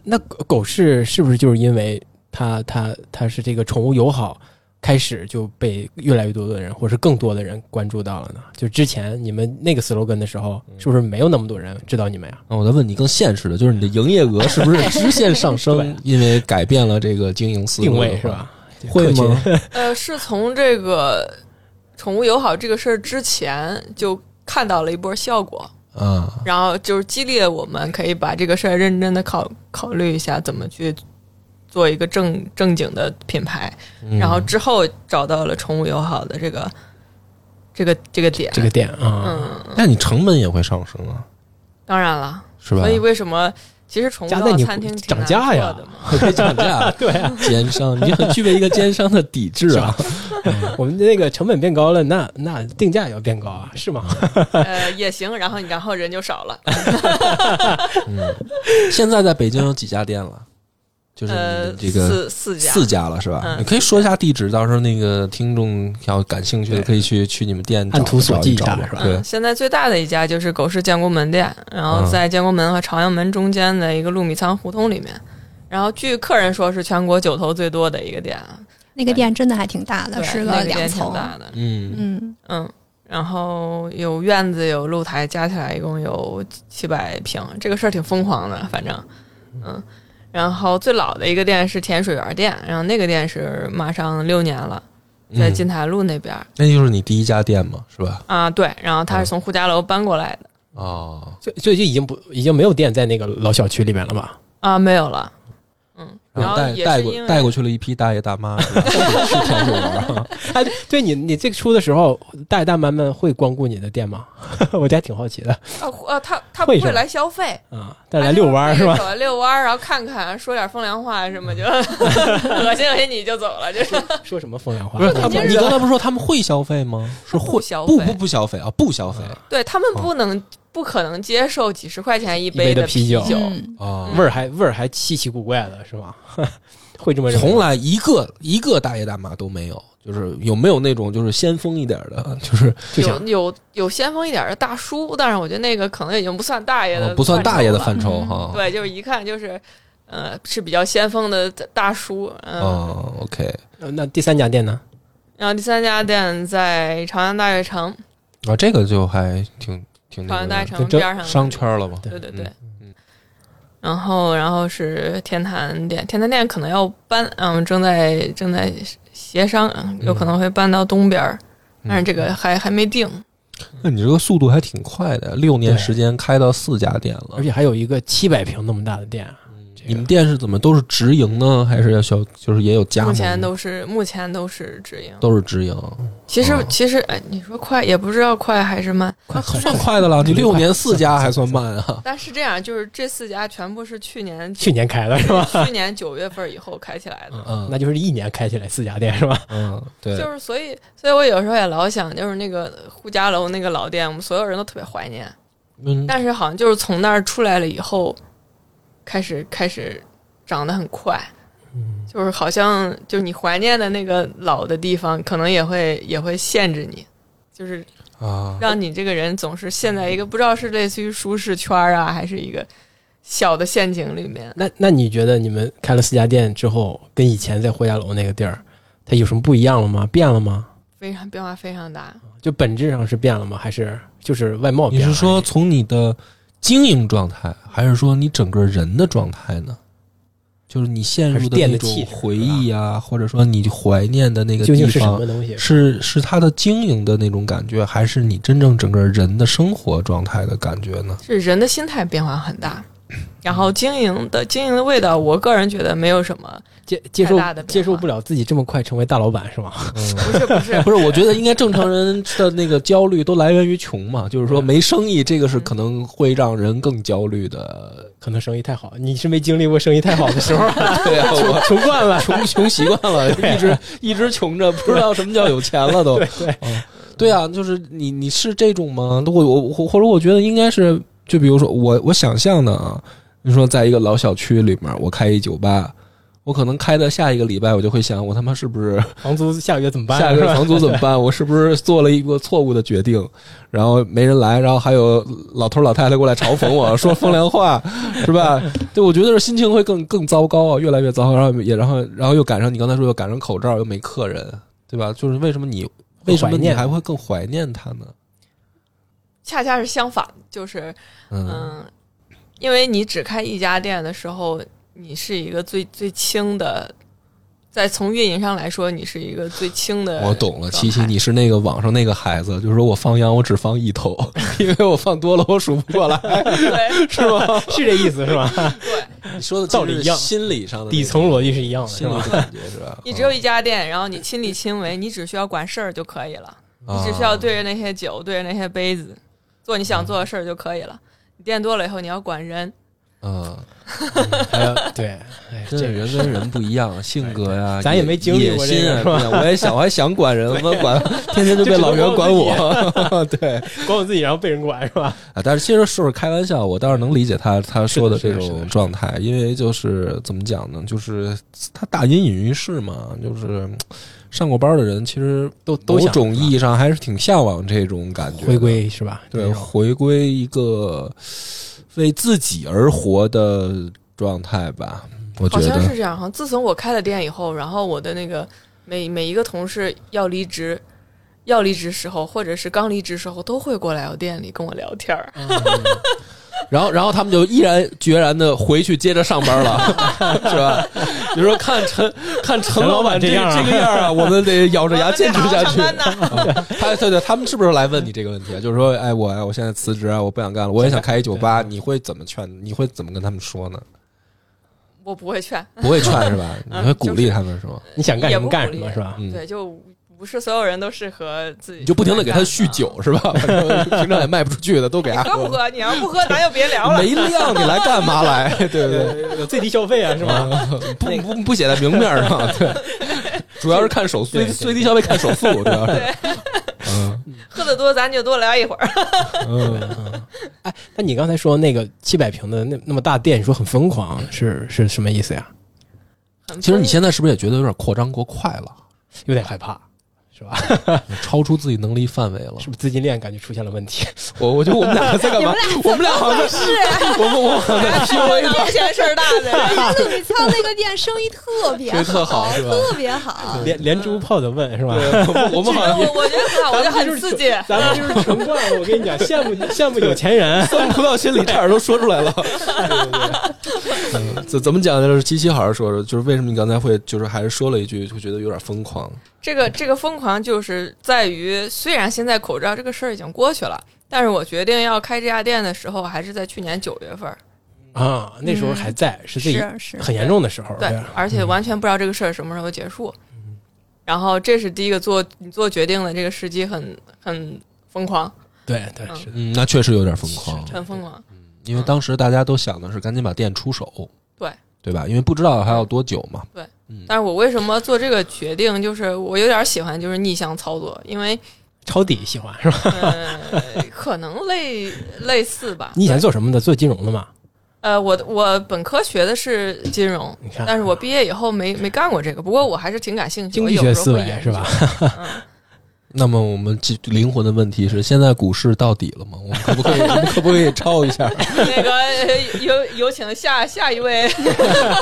Speaker 1: 那狗狗是是不是就是因为它它它是这个宠物友好，开始就被越来越多的人，或是更多的人关注到了呢？就之前你们那个 slogan 的时候，
Speaker 4: 嗯
Speaker 1: 是不是没有那么多人知道你们呀？
Speaker 4: 哦那我再问你更现实的，就是你的营业额是不是直线上
Speaker 1: 对
Speaker 4: 升？因为改变了这个经营思路
Speaker 1: 定
Speaker 4: 的话
Speaker 1: 位是？吧？
Speaker 4: 啊会
Speaker 1: 客
Speaker 4: 吗
Speaker 1: 群？
Speaker 5: 呃，是从这个宠物友好这个事儿之前就看到了一波效果，
Speaker 4: 啊，
Speaker 5: 然后就是激励我们可以把这个事儿认真的考考虑一下，怎么去做一个正正经的品牌。
Speaker 4: 嗯
Speaker 5: 然后之后找到了宠物友好的这个这个这个点，
Speaker 1: 这个店啊，
Speaker 5: 嗯，
Speaker 4: 那你成本也会上升啊，
Speaker 5: 当然了，
Speaker 4: 是吧
Speaker 5: 所？以为什么其实宠物
Speaker 1: 加在
Speaker 5: 到
Speaker 1: 你
Speaker 5: 餐厅挺
Speaker 1: 涨
Speaker 5: 难
Speaker 1: 价呀
Speaker 5: 做的嘛
Speaker 4: 会涨价，对啊，奸商，你很具备一个奸商的抵制啊。
Speaker 1: 嗯我们那个成本变高了，那那定价也要变高啊，是吗？
Speaker 5: 呃，也行，然后然后人就少了。
Speaker 4: 现在在北京有几家店了？ 就是你
Speaker 5: 呃
Speaker 4: 的，这个
Speaker 5: 四四家，
Speaker 4: 四家了是吧？
Speaker 5: 嗯
Speaker 4: 你可以说一下地址，到时候那个听众要感兴趣的可以去去你们店
Speaker 1: 按图索骥一
Speaker 4: 找
Speaker 1: 下
Speaker 4: 找
Speaker 1: 是吧
Speaker 4: 对啊
Speaker 5: 嗯，，现在最大的一家就是狗市建国门店，然后在建国门和朝阳门中间的一个陆米仓胡同里面。然后据客人说是全国九头最多的一个店，啊
Speaker 3: 那个店真的还挺大的，
Speaker 5: 对，
Speaker 3: 是
Speaker 5: 那个
Speaker 3: 两
Speaker 5: 店挺
Speaker 3: 层。
Speaker 5: 大的，
Speaker 4: 嗯，
Speaker 3: 嗯，
Speaker 5: 嗯，然后有院子有露台，加起来一共有七百平，这个事儿挺疯狂的，反正，嗯。然后最老的一个店是甜水园店，然后那个店是马上六年了，在
Speaker 4: 嗯
Speaker 5: 金台路那边、
Speaker 4: 那就是你第一家店嘛，是吧？
Speaker 5: 啊，对。然后他
Speaker 4: 嗯
Speaker 5: 是从呼家楼搬过来的
Speaker 4: 哦，
Speaker 1: 所以所以就已经不已经没有店在那个老小区里面了吧？
Speaker 5: 啊，没有了，嗯。
Speaker 4: 然后
Speaker 5: 后
Speaker 4: 带
Speaker 5: 也
Speaker 4: 带
Speaker 5: 是
Speaker 4: 过
Speaker 5: 因
Speaker 4: 带
Speaker 5: 为
Speaker 4: 过去了一批大爷大妈，是吧去天水玩儿。
Speaker 1: 哎，对你，你这个出的时候，大爷大妈们会光顾你的店吗？ 我家挺好奇的
Speaker 5: 啊呃，他他不
Speaker 1: 会
Speaker 5: 会
Speaker 1: 是吧
Speaker 5: 来消费，
Speaker 1: 啊，带来遛弯儿是吧？
Speaker 5: 走来遛弯儿，然后看看，说点风凉话什么就
Speaker 4: 嗯
Speaker 5: 恶心恶心你就走了，就是
Speaker 1: 说什么风凉话？
Speaker 4: 不是他
Speaker 5: 今
Speaker 4: 们，
Speaker 5: 儿
Speaker 4: 你刚才不是说他们会消费吗？是
Speaker 5: 不
Speaker 4: 会
Speaker 5: 消
Speaker 4: 不
Speaker 5: 费
Speaker 4: 不不消费啊，不消费
Speaker 5: 对他
Speaker 4: 哦
Speaker 5: 们不能、不可能接受几十块钱一杯
Speaker 1: 一杯的啤
Speaker 5: 啤
Speaker 1: 酒
Speaker 3: 嗯
Speaker 4: 啊
Speaker 1: 味儿还味儿还稀奇古怪的是吧？ 会这么认为
Speaker 4: 从来一个一个大爷大妈都没有。就是有没有那种就是先锋一点儿的，就是
Speaker 1: 就想
Speaker 5: 有有有先锋一点的大叔，但是我觉得那个可能已经不算大爷的、
Speaker 4: 呃不算大爷的范畴
Speaker 3: 嗯
Speaker 4: 哈。
Speaker 5: 对，就是一看就是，呃，是比较先锋的大叔，嗯。
Speaker 4: 哦，OK，
Speaker 1: 呃那第三家店呢？
Speaker 5: 然后第三家店在朝阳大悦城，
Speaker 4: 啊，这个就还挺挺
Speaker 5: 朝
Speaker 4: 那
Speaker 5: 阳大悦
Speaker 4: 个
Speaker 5: 城边上
Speaker 4: 商圈了嘛。
Speaker 5: 对对对。
Speaker 4: 嗯
Speaker 5: 然后，然后是天坛店，天坛店可能要搬，嗯，正在正在协商，嗯有可能会搬到东边儿，但是这个还还没定。
Speaker 4: 那你这个速度还挺快的，六年
Speaker 1: 对
Speaker 4: 时间开到四家店了
Speaker 1: 而。且还有一个七百平那么大的店，这个
Speaker 4: 你们店是怎么都是直营呢，还是要小就是也有加
Speaker 5: 目
Speaker 4: 盟？
Speaker 5: 前都是目前都是直营。
Speaker 4: 都是直营，
Speaker 5: 其实
Speaker 4: 哦
Speaker 5: 其实，哎，你说快也不知道快还是慢，
Speaker 1: 快很
Speaker 4: 算哎快 的了。你
Speaker 1: 很
Speaker 4: 六
Speaker 1: 快
Speaker 4: 年四家还算慢啊？
Speaker 5: 但是这样就是这四家全部是去年
Speaker 1: 去年开的是吧？
Speaker 5: 去年九月份以后开起 来的。
Speaker 4: 嗯
Speaker 1: 那就是一年开起来四家店是吧？
Speaker 4: 嗯，对，
Speaker 5: 就是，所以，所以我有时候也老想，就是那个呼家楼那个老店，我们所有人都特别怀念。
Speaker 4: 嗯，
Speaker 5: 但是好像就是从那儿出来了以后，开始开始长得很快，
Speaker 1: 嗯
Speaker 5: 就是好像就是你怀念的那个老的地方，可能也会也会限制你，就是
Speaker 4: 啊，
Speaker 5: 让你这个人总是陷在一个不知道是类似于舒适圈啊，还是一个小的陷阱里面。
Speaker 1: 那那你觉得你们开了四家店之后，跟以前在霍家楼那个地儿，它有什么不一样了吗？变了吗？
Speaker 5: 非常变化非常大，
Speaker 1: 就本质上是变了吗？还是就是外貌
Speaker 4: 你
Speaker 1: 变了？
Speaker 4: 是说从你的经营状态，还是说你整个人的状态呢？就是你陷
Speaker 1: 还
Speaker 4: 入
Speaker 1: 是店的
Speaker 4: 那
Speaker 1: 气
Speaker 4: 种
Speaker 1: 质
Speaker 4: 回忆啊，或者说你怀念的那个
Speaker 1: 究
Speaker 4: 地
Speaker 1: 竟是什
Speaker 4: 方，
Speaker 1: 么东西？
Speaker 4: 是是他的经营的那种感觉，还是你真正整个人的生活状态的感觉呢？
Speaker 5: 是人的心态变化很大。然后经营的经营的味道，我个人觉得没有什么，
Speaker 1: 接接受
Speaker 5: 太大的变化
Speaker 1: 接受不了自己这么快成为大老板是吗？
Speaker 5: 不是不 是
Speaker 4: 不是，我觉得应该正常人的那个焦虑都来源于穷嘛，就是说没生意，这个是可能会让人更焦虑的。
Speaker 1: 可能生意太好，你是没经历过生意太好的时 候，
Speaker 4: 对啊，我
Speaker 1: 穷惯了。
Speaker 4: 穷穷习惯了，一直一直穷着，不知道什么叫有钱了都。对对、对啊，就是你你是这种吗？我我我或者我觉得应该是，就比如说我我想象的啊，你说在一个老小区里面，我开一酒吧。我可能开的下一个礼拜，我就会想，我他妈是不是
Speaker 1: 房租下个月怎么办？
Speaker 4: 下个月
Speaker 1: 是吧
Speaker 4: 房租怎么办？我是不是做了一个错误的决定？然后没人来，然后还有老头老太太过来嘲讽我说风凉话，是吧？对，我觉得是心情会更更糟糕啊，越来越糟糕。然后也然后然后又赶上你刚才说又赶上口罩，又没客人，对吧？就是为什么你
Speaker 1: 会
Speaker 4: 为什么
Speaker 1: 怀
Speaker 4: 你
Speaker 1: 念
Speaker 4: 还会更怀念啊他呢？
Speaker 5: 恰恰是相反，就是
Speaker 4: 嗯
Speaker 5: 嗯，因为你只开一家店的时候，你是一个最最轻的，在从运营上来说，你是一个最轻的。
Speaker 4: 我懂了，琪琪，你是那个网上那个孩子，就是说我放羊我只放一 头，因为我放多了我数不过来，
Speaker 5: 对
Speaker 4: 是吗？
Speaker 1: 是这意思是吧？
Speaker 4: 你说的
Speaker 1: 道理一样
Speaker 4: 心理上的 那
Speaker 1: 底
Speaker 4: 种
Speaker 1: 层逻辑是一样的，是
Speaker 4: 心理
Speaker 1: 吧？
Speaker 4: 感觉是吧？
Speaker 5: 你只有 一家店，然后你亲力亲为，你只需要管事儿就可以了，
Speaker 4: 嗯啊
Speaker 5: 你只需要对着那些酒，对着那些杯子，做你想做的事儿就可以了。你店多了以后，你要管人，
Speaker 4: 嗯，
Speaker 1: 还有对，哎，
Speaker 4: 真
Speaker 1: 这
Speaker 4: 是
Speaker 1: 个
Speaker 4: 人跟人不一 样，性格呀，
Speaker 1: 咱也没经历过
Speaker 4: 野心啊
Speaker 1: 这个是吧
Speaker 4: 不一样我也想，我还想管人，我管天天就被老袁管 我，对
Speaker 1: 管我自己，然后被人管是吧？
Speaker 4: 啊。但是其实是开玩笑，我倒是能理解他他说的
Speaker 1: 是的
Speaker 4: 这
Speaker 1: 是的是
Speaker 4: 种
Speaker 1: 的
Speaker 4: 状态，因为就是怎么讲呢，就是他大隐隐于市嘛，就是上过班的人，其实
Speaker 1: 都都
Speaker 4: 某
Speaker 1: 想
Speaker 4: 种意义上还是挺向往这种感觉的，
Speaker 1: 回归是吧？
Speaker 4: 对，回归一个为自己而活的状态吧，我觉
Speaker 5: 好像
Speaker 4: 得
Speaker 5: 是这样哈。自从我开了店以后，然后我的那个每每一个同事要离职。要离职时候，或者是刚离职时候，都会过来我店里跟我聊天儿。
Speaker 4: 然后，然后他们就毅然决然的回去接着上班了， 是吧？你说看陈看陈老板这
Speaker 1: 陈老板这样啊
Speaker 4: 这个样儿啊，我们得咬着牙坚持下去
Speaker 5: 我。们得好好上班呐
Speaker 4: 他对对，他们是不是来问你这个问题啊？就是说，哎，我我现在辞职啊，我不想干了，我也想开一酒吧，你会怎么劝？你会怎么跟他们说呢？
Speaker 5: 我不会劝，
Speaker 4: 不会 劝是吧？你
Speaker 5: 嗯
Speaker 4: 会鼓励他们是吗？
Speaker 1: 你想干
Speaker 5: 也
Speaker 1: 什
Speaker 5: 不
Speaker 1: 么干什
Speaker 5: 鼓励
Speaker 1: 么是吧？
Speaker 4: 嗯，
Speaker 5: 对，就不是所有人都适合自己。
Speaker 4: 你就不停的给他酗。酒 是吧？反正平常也卖不出去的都给他
Speaker 5: 喝不喝？你要不喝，咱就别聊了。
Speaker 4: 没量，你来干嘛来？ 对不对？
Speaker 1: 有最低消费啊，是吧？
Speaker 4: 不不不写在明面上，对， 主要是看手
Speaker 1: 对
Speaker 4: 最
Speaker 1: 对
Speaker 4: 最低消费看手速，主要是， 嗯
Speaker 5: 喝的多，咱就多聊一会儿。
Speaker 4: 嗯，
Speaker 1: 哎，那你刚才说那个七百平的那那么大店，你说很疯狂，啊是是什么意思呀？
Speaker 4: 其实你现在是不是也觉得有点扩张过快了，
Speaker 1: 有点害怕，是吧？
Speaker 4: 超出自己能力范围了
Speaker 1: 是？不是资金链感觉出现了问题？
Speaker 4: 我我觉得我们俩在干 嘛？我们俩好像是，我们我们好像在 PUA
Speaker 5: 明显事儿大的，
Speaker 3: 就你像哎那个店生意特别
Speaker 4: 谁特好是吧？
Speaker 3: 特别好，
Speaker 1: 连连珠炮的问是吧？
Speaker 4: 对，我们我们好像
Speaker 5: 我我觉得很好，我觉得很刺激。
Speaker 1: 咱们就是穷惯了，我跟你讲，羡慕羡慕有钱人，
Speaker 4: 钻不到心里，差点都说出 来了。嗯怎怎么讲呢？就是七七好好说说，就是为什么你刚才会就是还是说了一句，会觉得有点疯狂。
Speaker 5: 这个这个疯狂就是在于，虽然现在口罩这个事儿已经过去了，但是我决定要开这家店的时候，还是在去年九月份儿。
Speaker 1: 啊，那时候还在，是自己
Speaker 3: 是是，
Speaker 1: 很严重的时候，
Speaker 5: 嗯对
Speaker 1: 对，啊
Speaker 5: 而且完全不知道这个事儿什么时候结束。然后这是第一个做你做决定的这个时机很很疯狂，
Speaker 1: 对对
Speaker 5: 嗯
Speaker 1: 是的，
Speaker 4: 嗯，那确实有点疯狂，嗯
Speaker 5: 很疯狂。
Speaker 4: 因为当时大家都想的是赶紧把店出
Speaker 3: 嗯
Speaker 4: 手，
Speaker 5: 对
Speaker 4: 对吧？因为不知道还要多久嘛。嗯
Speaker 5: 但是我为什么做这个决定？就是我有点喜欢就是逆向操作，因为
Speaker 1: 抄底喜欢是吧？
Speaker 5: 呃可能类类似吧。
Speaker 1: 你以前做什么的？做金融的嘛？
Speaker 5: 呃，我我本科学的是金融，
Speaker 1: 你看，
Speaker 5: 但是我毕业以后没没干过这个，不过我还是挺感兴趣。
Speaker 1: 经
Speaker 5: 我
Speaker 1: 济
Speaker 5: 有
Speaker 1: 学
Speaker 5: 时候
Speaker 1: 思
Speaker 5: 会
Speaker 1: 维
Speaker 5: 研
Speaker 1: 是
Speaker 5: 究
Speaker 1: 吧？？
Speaker 5: 嗯，
Speaker 4: 那么我们这灵魂的问题是：现在股市到底了吗？我们可不 可以，我们可不可以抄一下？
Speaker 5: 那个呃有有请下下一位，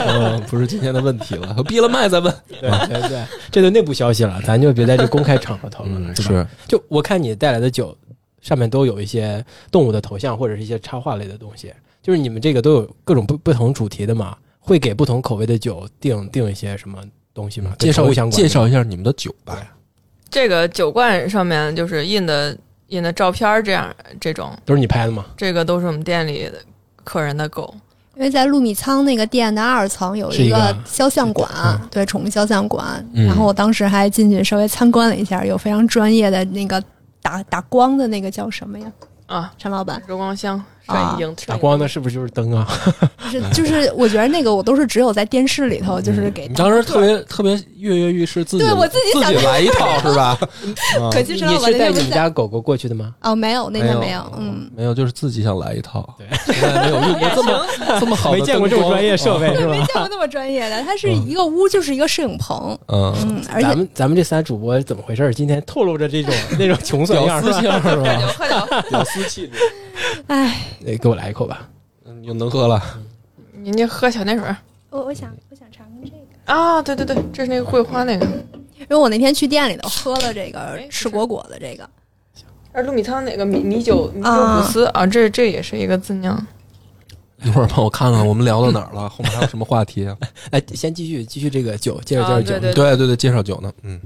Speaker 4: 嗯，不是今天的问题了，闭了麦再问。
Speaker 1: 对对对， 这都内部消息了，咱就别在这公开场合讨论了，
Speaker 4: 嗯，
Speaker 1: 是吧？
Speaker 4: 是，
Speaker 1: 就我看你带来的酒上面都有一些动物的头像或者是一些插画类的东西，就是你们这个都有各种不不同主题的嘛，会给不同口味的酒定定一些什么东西吗？
Speaker 4: 介
Speaker 1: 跟宠
Speaker 4: 绍
Speaker 1: 物相关的
Speaker 4: 介绍一下你们的酒吧。
Speaker 5: 这个酒罐上面就是印的印的照片儿，这样这种，
Speaker 1: 都是你拍的吗？
Speaker 5: 这个都是我们店里的客人的狗。
Speaker 3: 因为在陆米仓那个店的二层有
Speaker 1: 是一个
Speaker 3: 个肖像馆，
Speaker 1: 嗯
Speaker 3: 对，宠物肖像馆。
Speaker 4: 嗯
Speaker 3: 然后我当时还进去稍微参观了一下，有非常专业的那个打打光的那个叫什么呀？
Speaker 5: 啊，
Speaker 3: 陈老板
Speaker 5: 柔光箱
Speaker 3: 啊
Speaker 5: 摄影
Speaker 1: 打光的是不是就是灯啊？
Speaker 3: 是就是，我觉得那个我都是只有在电视里头，
Speaker 1: 嗯
Speaker 3: 就是给
Speaker 4: 嗯你当时特别特别跃跃欲试，自己
Speaker 3: 对我自己想
Speaker 4: 己来一套是吧？
Speaker 3: 可
Speaker 1: 你
Speaker 3: 惜陈老
Speaker 1: 是
Speaker 3: 板那
Speaker 1: 带
Speaker 3: 天
Speaker 1: 你
Speaker 3: 不
Speaker 1: 们
Speaker 3: 在。
Speaker 1: 家狗狗过去的吗？
Speaker 3: 哦，没 有，那天没有
Speaker 4: 哦，
Speaker 3: 嗯，
Speaker 4: 没有，就是自己想来一套。
Speaker 1: 对，
Speaker 4: 从来没有用过 这么这么好的，
Speaker 1: 没见过这种专业设。备是
Speaker 3: 没
Speaker 1: 吧？
Speaker 3: 见过那么专业的，它是一个屋就是一个摄影棚，
Speaker 4: 嗯，
Speaker 3: 嗯，而
Speaker 1: 咱
Speaker 3: 且
Speaker 1: 们咱们这仨主播怎么回事儿？今天透露着这 种那种穷酸样
Speaker 4: 屌
Speaker 1: 儿是吧
Speaker 4: 丝性？是
Speaker 5: 喝酒
Speaker 1: 啊
Speaker 4: 吧？
Speaker 5: 喝酒，
Speaker 4: 屌丝气质，
Speaker 3: 哎，
Speaker 1: 哎给我来一口吧。
Speaker 4: 嗯又能喝了。
Speaker 5: 你你喝小奶水儿
Speaker 3: 我我想我想尝尝这个，
Speaker 5: 啊？对对对，这是那个桂花那个，
Speaker 3: 因为我那天去店里头喝了这个
Speaker 5: 哎
Speaker 3: 赤果果的这个，
Speaker 5: 而陆米汤那个米米酒米酒
Speaker 3: 啊
Speaker 5: 古斯啊，这这也是一个自酿。
Speaker 4: 一会儿帮我看看我们聊到哪儿了，后面还有什么话题啊？
Speaker 1: 来，哎先继续继续这个酒，接着
Speaker 5: 啊
Speaker 1: 介绍酒。
Speaker 5: 对
Speaker 4: 对对对，介绍酒呢。嗯，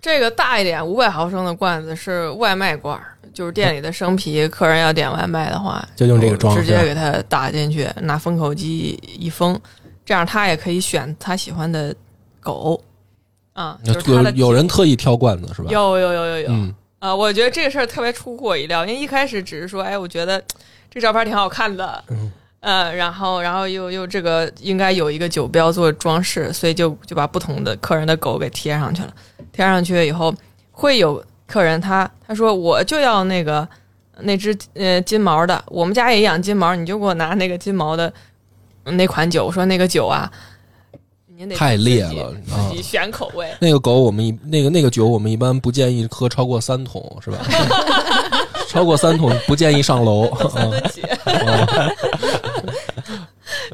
Speaker 5: 这个大一点，五百毫升的罐子是外卖罐儿，就是店里的生啤，客人要点外卖的话，
Speaker 1: 就用这个装
Speaker 5: 直
Speaker 1: 是吧
Speaker 5: 接给它打进去，拿封口机一封，这样他也可以选他喜欢的狗啊，就是他
Speaker 4: 有
Speaker 5: 的
Speaker 4: 有人特意挑罐子是吧？
Speaker 5: 有有有有有
Speaker 4: 嗯，
Speaker 5: 啊，我觉得这个事儿特别出乎我意料，因为一开始只是说，哎，我觉得这照片挺好看的，
Speaker 1: 嗯，
Speaker 5: 呃，然后然后又又这个应该有一个酒标做装饰，所以就就把不同的客人的狗给贴上去了。贴上去以后，会有客人他他说我就要那个那只呃金毛的，我们家也养金毛，你就给我拿那个金毛的那款酒。我说那个酒啊，您得
Speaker 4: 太烈
Speaker 5: 自己
Speaker 4: 了啊
Speaker 5: 自己选口味。
Speaker 4: 那个狗我们一那个那个酒我们一般不建议喝超过三桶 是吧？超过三桶不建议上楼。嗯
Speaker 5: 三吨起。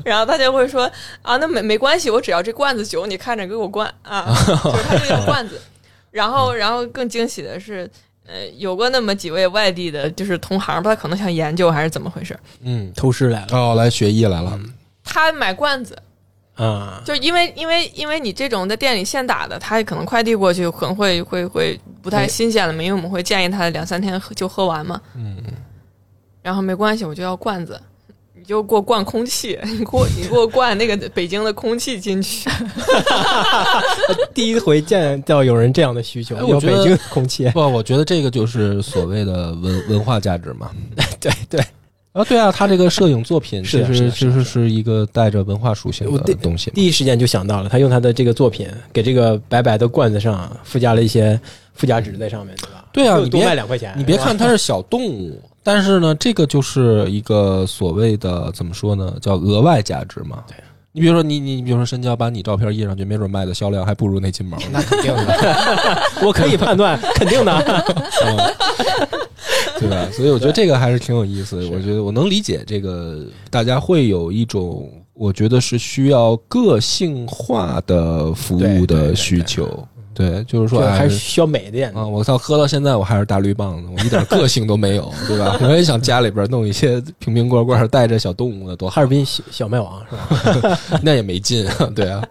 Speaker 5: 然后他就会说啊，那没没关系，我只要这罐子酒，你看着给我灌啊， 就是他这个罐子。然后，然后更惊喜的是，呃，有过那么几位外地的，就是同行吧，他可能想研究还是怎么回事，
Speaker 4: 嗯，
Speaker 1: 偷师来了
Speaker 4: 哦，来学艺来了。
Speaker 5: 他买罐子，
Speaker 1: 啊！
Speaker 5: 就因为因为因为你这种在店里现打的，他可能快递过去可能会会会不太新鲜了嘛，因为我们会建议他两三天喝就喝完嘛。
Speaker 4: 嗯，
Speaker 5: 然后没关系，我就要罐子，你就给我灌空气，你给我你给我灌那个北京的空气进去。
Speaker 1: 第一回见到有人这样的需求，
Speaker 4: 哎
Speaker 1: 有
Speaker 4: 我觉
Speaker 1: 北
Speaker 4: 得
Speaker 1: 京的空 气，
Speaker 4: 不，我觉得这个就是所谓的文文化价值嘛。
Speaker 1: 对对，
Speaker 4: 啊，对啊，他这个摄影作品
Speaker 1: 是
Speaker 4: 其
Speaker 1: 的是
Speaker 4: 实
Speaker 1: 的
Speaker 4: 其实是一个带着文化属性
Speaker 1: 我对
Speaker 4: 的东西嘛。
Speaker 1: 第一时间就想到了，他用他的这个作品给这个白白的罐子上附加了一些附加值在上面，对吧？
Speaker 4: 对啊
Speaker 1: 又
Speaker 4: 你
Speaker 1: 多
Speaker 4: 别
Speaker 1: 卖两块钱，
Speaker 4: 你别
Speaker 1: 哎是吧
Speaker 4: 看它是小动物，但是呢，这个就是一个所谓的怎么说呢，叫额外价值嘛。
Speaker 1: 对
Speaker 4: 你比如说你你你比如说深交把你照片印上去，没准卖的销量还不如那金毛呢。
Speaker 1: 那肯定的， 我可以判断，肯定 的。
Speaker 4: 对吧？所以我觉得这个还是挺有意思的。我觉得我能理解这个，大家会有一种我觉得是需要个性化的服务的需求。对，就是
Speaker 1: 就
Speaker 4: 说，哎
Speaker 1: 还是需要美的眼
Speaker 4: 啊，我操，喝到现在我还是大绿棒子，我一点个性都没有，对吧？我也想家里边弄一些瓶瓶罐罐带着小动物的，多
Speaker 1: 哈
Speaker 4: 好
Speaker 1: 尔滨小小麦王是吧？
Speaker 4: 那也没劲，对啊，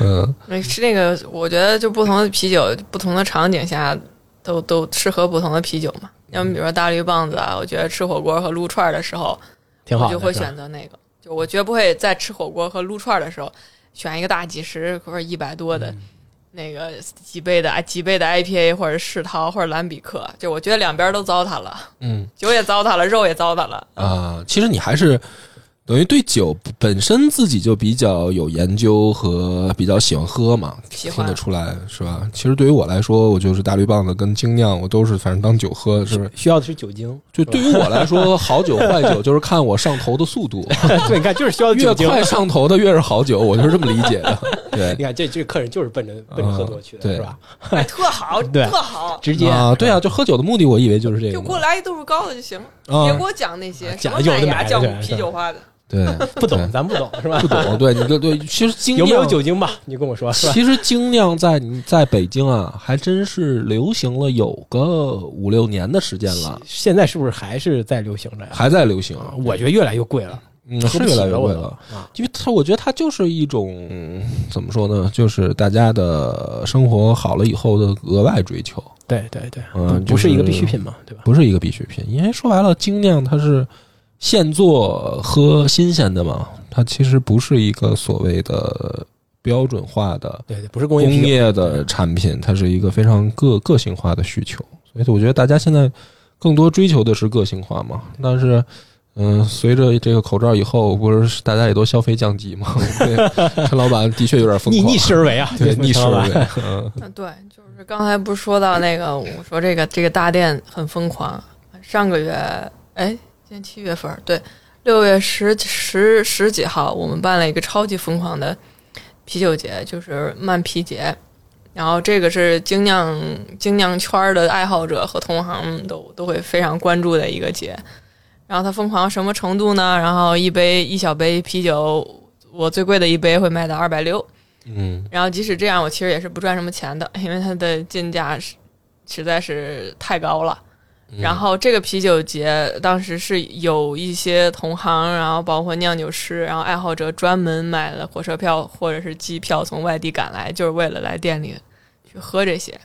Speaker 4: 嗯，
Speaker 5: 没是那个，我觉得就不同的啤酒，不同的场景下都都适合不同的啤酒嘛。要么比如说大绿棒子啊，我觉得吃火锅和撸串儿的时候，
Speaker 1: 挺好
Speaker 5: 我
Speaker 1: 的，
Speaker 5: 就会
Speaker 1: 是吧
Speaker 5: 选择那个。就我绝不会在吃火锅和撸串儿的时候选一个大几十或者一百多
Speaker 1: 嗯
Speaker 5: 的。那个几倍的啊几倍的 IPA 或者世涛或者蓝比克，就我觉得两边都糟蹋了，
Speaker 4: 嗯
Speaker 5: 酒也糟蹋了，肉也糟蹋了。
Speaker 4: 啊，其实你还是等于对酒本身自己就比较有研究和比较喜欢喝嘛，
Speaker 5: 喜
Speaker 4: 听
Speaker 5: 欢
Speaker 4: 得出来是吧？其实对于我来说，我就是大绿棒子跟精酿，我都是反正当酒喝，是不是？
Speaker 1: 需要的是酒精。
Speaker 4: 就对于我来说，好酒坏酒就是看我上头的 速度，
Speaker 1: 对，你看就是需要
Speaker 4: 越
Speaker 1: 酒精。
Speaker 4: 快上头的越是好酒，我就是这么理解的。对
Speaker 1: 你看这这客人就是奔着奔着喝多去的，
Speaker 4: 嗯对
Speaker 1: 是吧？
Speaker 5: 哎，特好，
Speaker 1: 对
Speaker 5: 特好，
Speaker 1: 直接
Speaker 4: 啊，对啊，就喝酒的目的，我以为就是这个
Speaker 5: 就给
Speaker 4: 嘛
Speaker 5: 我。来一度数高的就行了，
Speaker 4: 啊
Speaker 5: 别给我讲那些
Speaker 1: 啊
Speaker 5: 什么
Speaker 1: 嗯讲究的
Speaker 5: 麦
Speaker 1: 买
Speaker 5: 芽
Speaker 1: 的
Speaker 5: 酵
Speaker 1: 对
Speaker 5: 母、啤
Speaker 1: 对
Speaker 5: 酒花的，
Speaker 4: 对，
Speaker 1: 不懂
Speaker 4: 对
Speaker 1: 咱不懂是吧？
Speaker 4: 不懂，对你对对，其实精
Speaker 1: 有
Speaker 4: 酿
Speaker 1: 没有酒精吧？你跟我 说是吧？
Speaker 4: 其实精酿在你在北京啊，还真是流行了有个五六年的时间了，
Speaker 1: 现在是不是还是在流行着呀？
Speaker 4: 还在流行，
Speaker 1: 啊我觉得越来越贵了，
Speaker 4: 嗯，
Speaker 1: 喝
Speaker 4: 是
Speaker 1: 不
Speaker 4: 越
Speaker 1: 起
Speaker 4: 来越贵
Speaker 1: 我
Speaker 4: 了。
Speaker 1: 都啊！
Speaker 4: 因为它，我觉得它就是一种、嗯怎么说呢，就是大家的生活好了以后的额外追求，
Speaker 1: 对对对，
Speaker 4: 嗯
Speaker 1: 不不是一个
Speaker 4: 就是
Speaker 1: 必需品嘛，对吧？
Speaker 4: 不是一个必需品。因为说白了，精酿它是现做喝新鲜的嘛，它其实不是一个所谓的标准化的
Speaker 1: 对对，不是工
Speaker 4: 工
Speaker 1: 业啤酒
Speaker 4: 业的产品，它是一个非常个个性化的需求，所以我觉得大家现在更多追求的是个性化嘛。但是，嗯、随着这个口罩以后，不是大家也都消费降级嘛？ 对，陈老板的确有点疯
Speaker 1: 逆
Speaker 4: 狂，
Speaker 1: 逆势而为啊，
Speaker 4: 对
Speaker 1: 这
Speaker 4: 逆势
Speaker 1: 是吧
Speaker 4: 而为，嗯
Speaker 5: 嗯，对，就是刚才不是说到那个，我说这个这个大店很疯狂，上个月哎，今天七月份儿，对，六月十十十几号，我们办了一个超级疯狂的啤酒节，就是慢啤节。然后这个是精酿精酿圈儿的爱好者和同行都都会非常关注的一个节。然后它疯狂到什么程度呢？然后一杯一小杯啤酒，我最贵的一杯会卖到二百六。
Speaker 4: 嗯，
Speaker 5: 然后即使这样，我其实也是不赚什么钱的， 因为它的进价是实在是太高了。
Speaker 4: 嗯
Speaker 5: 然后这个啤酒节当时是有一些同行，然后包括酿酒师，然后爱好者专门买了火车票或者是机票从外地赶来，就是为了来店里去喝这些，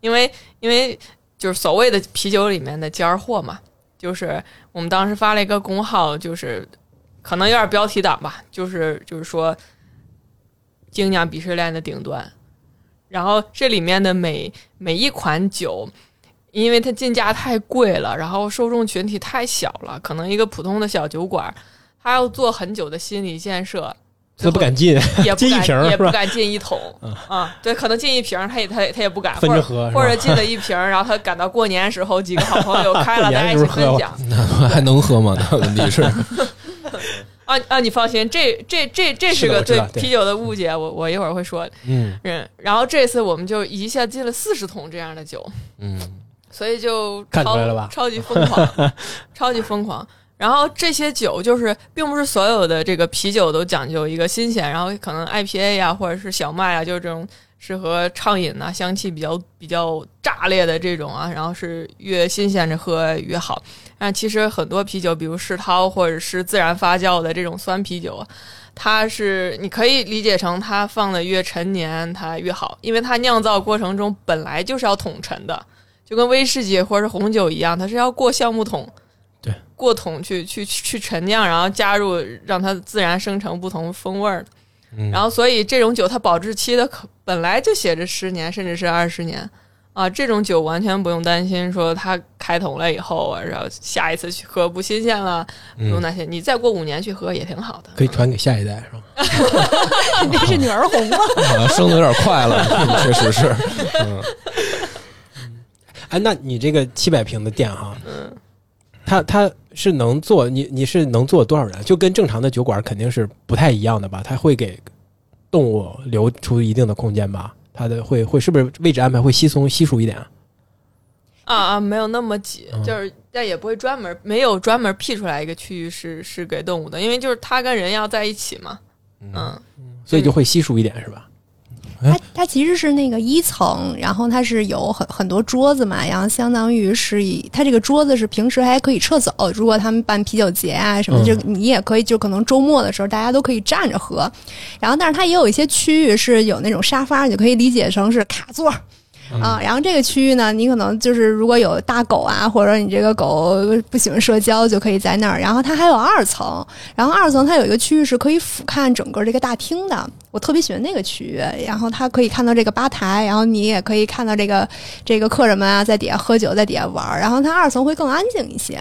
Speaker 5: 因为因为就是所谓的啤酒里面的尖儿货嘛，就是我们当时发了一个公号，就是可能有点标题党吧，就是就是说精酿鄙视链的顶端，然后这里面的每每一款酒。因为它进价太贵了，然后受众群体太小了，可能一个普通的小酒馆，他要做很久的心理建设，
Speaker 1: 他不敢进，
Speaker 5: 也不
Speaker 1: 进一
Speaker 5: 敢
Speaker 1: 瓶儿
Speaker 5: 也
Speaker 1: 是
Speaker 5: 不
Speaker 1: 吧嗯
Speaker 5: 敢进一桶 啊，对，可能进一瓶儿他也他也他也不敢，
Speaker 1: 分
Speaker 5: 或
Speaker 1: 着
Speaker 5: 者
Speaker 1: 喝，是吧
Speaker 5: 或者进了一瓶儿，然后他赶到过年时候几个好朋友开了，
Speaker 1: 过
Speaker 5: 大
Speaker 1: 年
Speaker 5: 家一
Speaker 1: 时
Speaker 5: 起
Speaker 1: 候
Speaker 5: 分
Speaker 1: 喝
Speaker 5: 享。
Speaker 4: 嗯还能喝吗？那问题是，
Speaker 5: 啊啊，你放心，这这这这
Speaker 1: 是
Speaker 5: 是
Speaker 1: 的
Speaker 5: 个
Speaker 1: 我知
Speaker 5: 对
Speaker 1: 道对
Speaker 5: 啤酒的误解，我我一会儿会说。
Speaker 4: 嗯
Speaker 5: 嗯，然后这次我们就一下进了四十桶这样的酒，
Speaker 4: 嗯，
Speaker 5: 所以就
Speaker 1: 看出
Speaker 5: 超
Speaker 1: 来了吧
Speaker 5: 超级疯 狂，超级疯狂。然后这些酒就是，并不是所有的这个啤酒都讲究一个新鲜，然后可能 IPA 呀、或者是小麦啊，就是这种适合畅饮呐、香气比较比较炸裂的这种啊，然后是越新鲜着喝越好。但其实很多啤酒，比如世涛或者是自然发酵的这种酸啤酒啊，它是你可以理解成它放的越陈年它越好，因为它酿造过程中本来就是要桶陈的，就跟威士忌或者是红酒一样，它是要过橡木桶，
Speaker 1: 对，
Speaker 5: 过桶去去去陈酿，然后加入让它自然生成不同风味儿的。
Speaker 4: 嗯
Speaker 5: 然后所以这种酒它保质期的可本来就写着十年甚至是二十年。啊，这种酒完全不用担心，说它开桶了以后，然后下一次去喝不新鲜了，
Speaker 4: 嗯
Speaker 5: 不用担心。你再过五年去喝也挺好的。
Speaker 1: 可以传给下一代是吧？
Speaker 3: 这是女儿红吗？
Speaker 4: 好像升的有点快了，确实是，嗯
Speaker 1: 哎，那你这个七百平的店哈，
Speaker 5: 嗯
Speaker 1: 它它是能做你你是能做多少人？就跟正常的酒馆肯定是不太一样的吧？它会给动物留出一定的空间吧？它的会会是不是位置安排会稀松稀疏一点啊？
Speaker 5: 啊啊，没有那么挤，
Speaker 1: 嗯
Speaker 5: 就是但也不会专门没有专门辟出来一个区域是是给动物的，因为就是它跟人要在一起嘛。嗯，
Speaker 1: 所以就会稀疏一点是吧？
Speaker 3: 它它其实是那个一层，然后它是有很很多桌子嘛，然后相当于是以它这个桌子是平时还可以撤走，如果他们办啤酒节啊什么，
Speaker 1: 嗯
Speaker 3: 就你也可以，就可能周末的时候大家都可以站着喝。然后，但是它也有一些区域是有那种沙发，你就可以理解成是卡座儿。啊，然后这个区域呢，你可能就是如果有大狗啊，或者你这个狗不喜欢社交，就可以在那儿。然后它还有二层，然后二层它有一个区域是可以俯瞰整个这个大厅的，我特别喜欢那个区域。然后它可以看到这个吧台，然后你也可以 看到这个这个客人们啊在底下喝酒，在底下玩儿。然后它二层会更安静一些。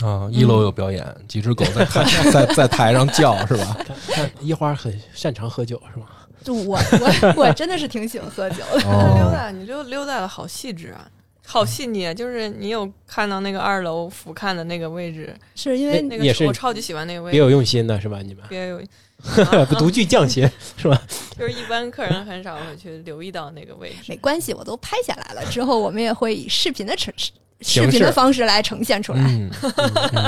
Speaker 4: 啊，一楼有表演，几只狗在台在在台上叫是吧？
Speaker 1: 看看一花很擅长喝酒是吗？
Speaker 3: 就我我我真的是挺喜欢喝酒的，
Speaker 5: 溜
Speaker 2: 哦，
Speaker 5: 达，你溜溜达的好细致啊，好细腻。就是你有看到那个二楼俯瞰的那个位置，
Speaker 3: 是因为
Speaker 5: 那个
Speaker 1: 也是
Speaker 5: 我超级喜欢那个位
Speaker 1: 别
Speaker 5: 置。
Speaker 1: 有用心的是吧？你们
Speaker 5: 别有，啊
Speaker 1: 不 独具匠心是吧？
Speaker 5: 就是一般客人很少会去留意到那个位置。
Speaker 3: 没关系，我都拍下来了。之后我们也会以视频的呈视
Speaker 1: 形式
Speaker 3: 频的方式来呈现出来。
Speaker 4: 嗯，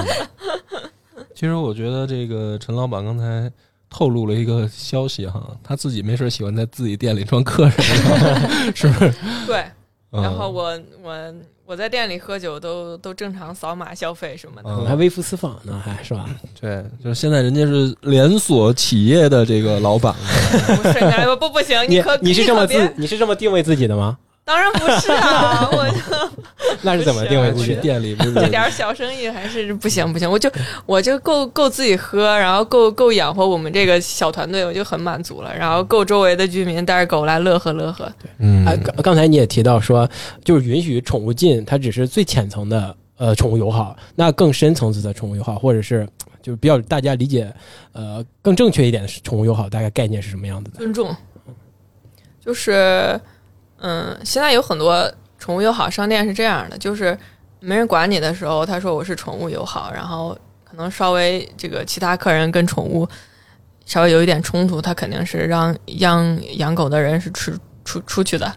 Speaker 4: 嗯其实我觉得这个陈老板刚才透露了一个消息哈，他自己没事儿喜欢在自己店里装客人，是不是？
Speaker 5: 对，
Speaker 4: 嗯
Speaker 5: 然后我我我在店里喝酒都都正常扫码消费什么的。
Speaker 1: 我
Speaker 4: 嗯
Speaker 1: 们还微服私访呢，还是吧？
Speaker 4: 对，就是现在人家是连锁企业的这个老板，
Speaker 5: 我瞬间不不行，
Speaker 1: 你
Speaker 5: 哎可
Speaker 1: 你是这么
Speaker 5: 可别
Speaker 1: 自你是这么定位自己的吗？
Speaker 5: 当然不 是啊，我就
Speaker 1: 那是怎啊么定位自
Speaker 5: 不
Speaker 1: 己
Speaker 5: 是
Speaker 4: 去
Speaker 1: 的？
Speaker 4: 店里不是
Speaker 5: 这点儿小生意还是不行不行，我就我就够够自己喝，然后够够养活我们这个小团队，我就很满足了，然后够周围的居民带着狗来乐呵乐呵。
Speaker 4: 嗯
Speaker 1: 哎，刚刚才你也提到说，就是允许宠物进，它只是最浅层的呃宠物友好，那更深层次的宠物友好，或者是就是比较大家理解呃更正确一点的宠物友好，大概概念是什么样子的？
Speaker 5: 尊重，就是嗯，现在有很多宠物友好商店是这样的，就是没人管你的时候，他说我是宠物友好，然后可能稍微这个其他客人跟宠物稍微有一点冲突，他肯定是让让养狗的人是出出出去的。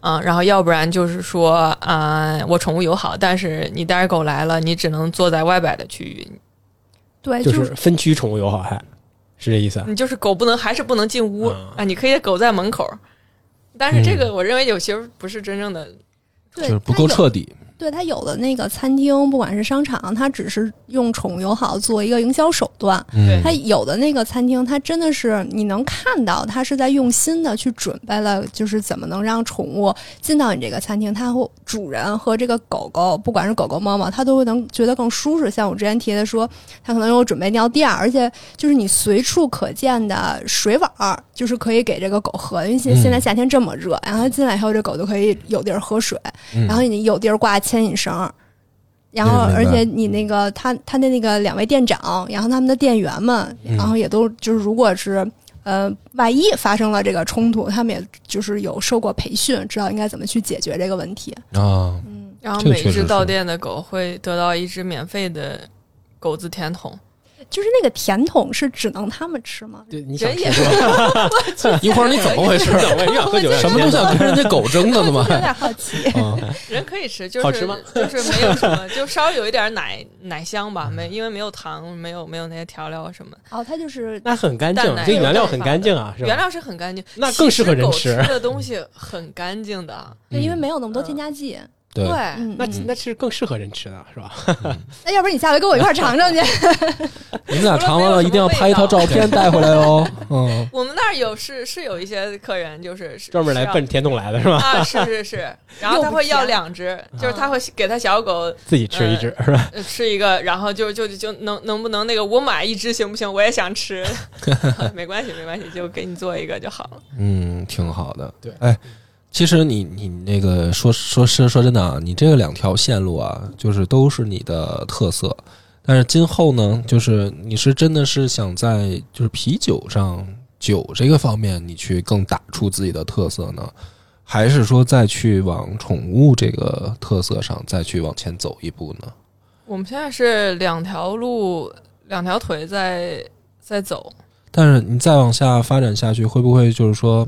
Speaker 5: 啊，然后要不然就是说，啊、我宠物友好，但是你带着狗来了，你只能坐在外摆的区域，
Speaker 3: 对，
Speaker 5: 哎
Speaker 1: 就是是分区宠物友好还，是这意思啊？
Speaker 5: 你就是狗不能还是不能进屋
Speaker 1: 啊
Speaker 5: 啊，你可以狗在门口儿，但是这个我认为有些不是真正的，
Speaker 3: 对
Speaker 4: 就是不
Speaker 3: 它
Speaker 4: 够
Speaker 3: 有
Speaker 4: 彻底，
Speaker 3: 对它有的那个餐厅，不管是商场，它只是用宠物友好做一个营销手段。
Speaker 4: 嗯
Speaker 5: 对
Speaker 3: 它有的那个餐厅，它真的是你能看到，它是在用心的去准备了，就是怎么能让宠物进到你这个餐厅，它会主人和这个狗狗，不管是狗狗、猫猫，它都会能觉得更舒适。像我之前提的说，它可能有准备尿垫儿，而且就是你随处可见的水碗儿，就是可以给这个狗喝，因为现
Speaker 4: 嗯
Speaker 3: 现在夏天这么热，然后它进来以后，这狗就可以有地儿喝水，
Speaker 4: 嗯
Speaker 3: 然后你有地儿挂牵引绳儿，然后
Speaker 4: 对
Speaker 3: 而
Speaker 4: 明白
Speaker 3: 且你那个他他的那个两位店长，然后他们的店员们，
Speaker 4: 嗯
Speaker 3: 然后也都就是如果是呃万一发生了这个冲突，他们也就是有受过培训，知道应该怎么去解决这个问题。
Speaker 4: 啊，
Speaker 3: 嗯，
Speaker 5: 然后
Speaker 4: 这个
Speaker 5: 每
Speaker 4: 确
Speaker 5: 一
Speaker 4: 实
Speaker 5: 只到
Speaker 4: 是
Speaker 5: 店的狗会得到一只免费的狗子甜筒，
Speaker 3: 就是那个甜筒是只能他们吃吗？
Speaker 1: 对，你想
Speaker 5: 人 也
Speaker 1: 说
Speaker 4: 一会儿你怎么 回事？
Speaker 1: 怎么你想喝酒
Speaker 4: 什么都想跟人家狗争的吗
Speaker 3: 我？有点好奇。
Speaker 4: 啊，
Speaker 5: 人可以吃，就
Speaker 1: 好
Speaker 5: 是
Speaker 1: 吃吗
Speaker 5: 就是没有什 么，就稍微有一点奶奶香吧，没因为没有糖，没有没有那些调料什么的，
Speaker 3: 哦，它就是
Speaker 1: 那很干净
Speaker 5: 蛋，奶
Speaker 1: 这原料很干净啊，是
Speaker 5: 原
Speaker 1: 吧？
Speaker 5: 料是很干净，
Speaker 1: 那
Speaker 5: 其
Speaker 1: 更适合
Speaker 5: 实
Speaker 1: 人
Speaker 5: 狗
Speaker 1: 吃
Speaker 5: 的东西很干净的，
Speaker 3: 对因为没有那么多添加剂。
Speaker 4: 嗯对，
Speaker 3: 嗯，
Speaker 1: 那
Speaker 3: 嗯
Speaker 1: 那是更适合人吃的是 吧？
Speaker 3: 那要不然你下回跟我一块儿尝尝去。
Speaker 4: 你们俩尝完了一定要拍一套照片带回来哦。嗯，
Speaker 5: 我们那儿有是是有一些客人就是是
Speaker 1: 专门来
Speaker 5: 是要
Speaker 1: 奔甜筒来 的是吧？
Speaker 5: 啊，是是是，然后他会要两只，就是他
Speaker 4: 啊
Speaker 5: 会给他小狗
Speaker 1: 自己吃一 只是吧？
Speaker 5: 呃吃一个，然后就就就就能能不能那个我买一只行不行？我也 想吃，没关系没关系，就给你做一个就好了。
Speaker 4: 嗯，挺好的。
Speaker 1: 对
Speaker 4: 哎，其实你你那个说说是说真的啊，你这个两条线路啊，就是都是你的特色。但是今后呢，就是你是真的是想在就是啤酒上酒这个方面，你去更打出自己的特色呢，还是说再去往宠物这个特色上再去往前走一步呢？
Speaker 5: 我们现在是两条路两条腿在在走，
Speaker 4: 但是你再往下发展下去，会不会就是说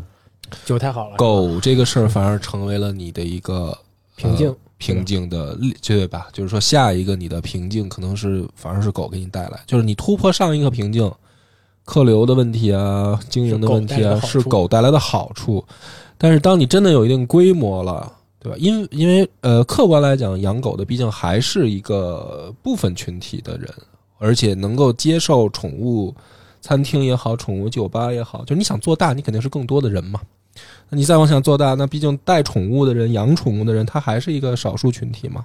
Speaker 1: 酒太好了，
Speaker 4: 狗这个事儿反而成为了你的一个
Speaker 1: 平静
Speaker 4: 呃平静的力对吧？就是说，下一个你的平静可能是反而是狗给你带来，就是你突破上一个瓶颈，客流的问题啊，经营的问题啊，
Speaker 1: 是
Speaker 4: 是
Speaker 1: 狗
Speaker 4: 狗带来的好处。但是当你真的有一定规模了，对吧？因因为呃，客观来讲，养狗的毕竟还是一个部分群体的人，而且能够接受宠物餐厅也好，宠物酒吧也好，就是你想做大，你肯定是更多的人嘛。那你再往下做大，那毕竟带宠物的人、养宠物的人，他还是一个少数群体嘛。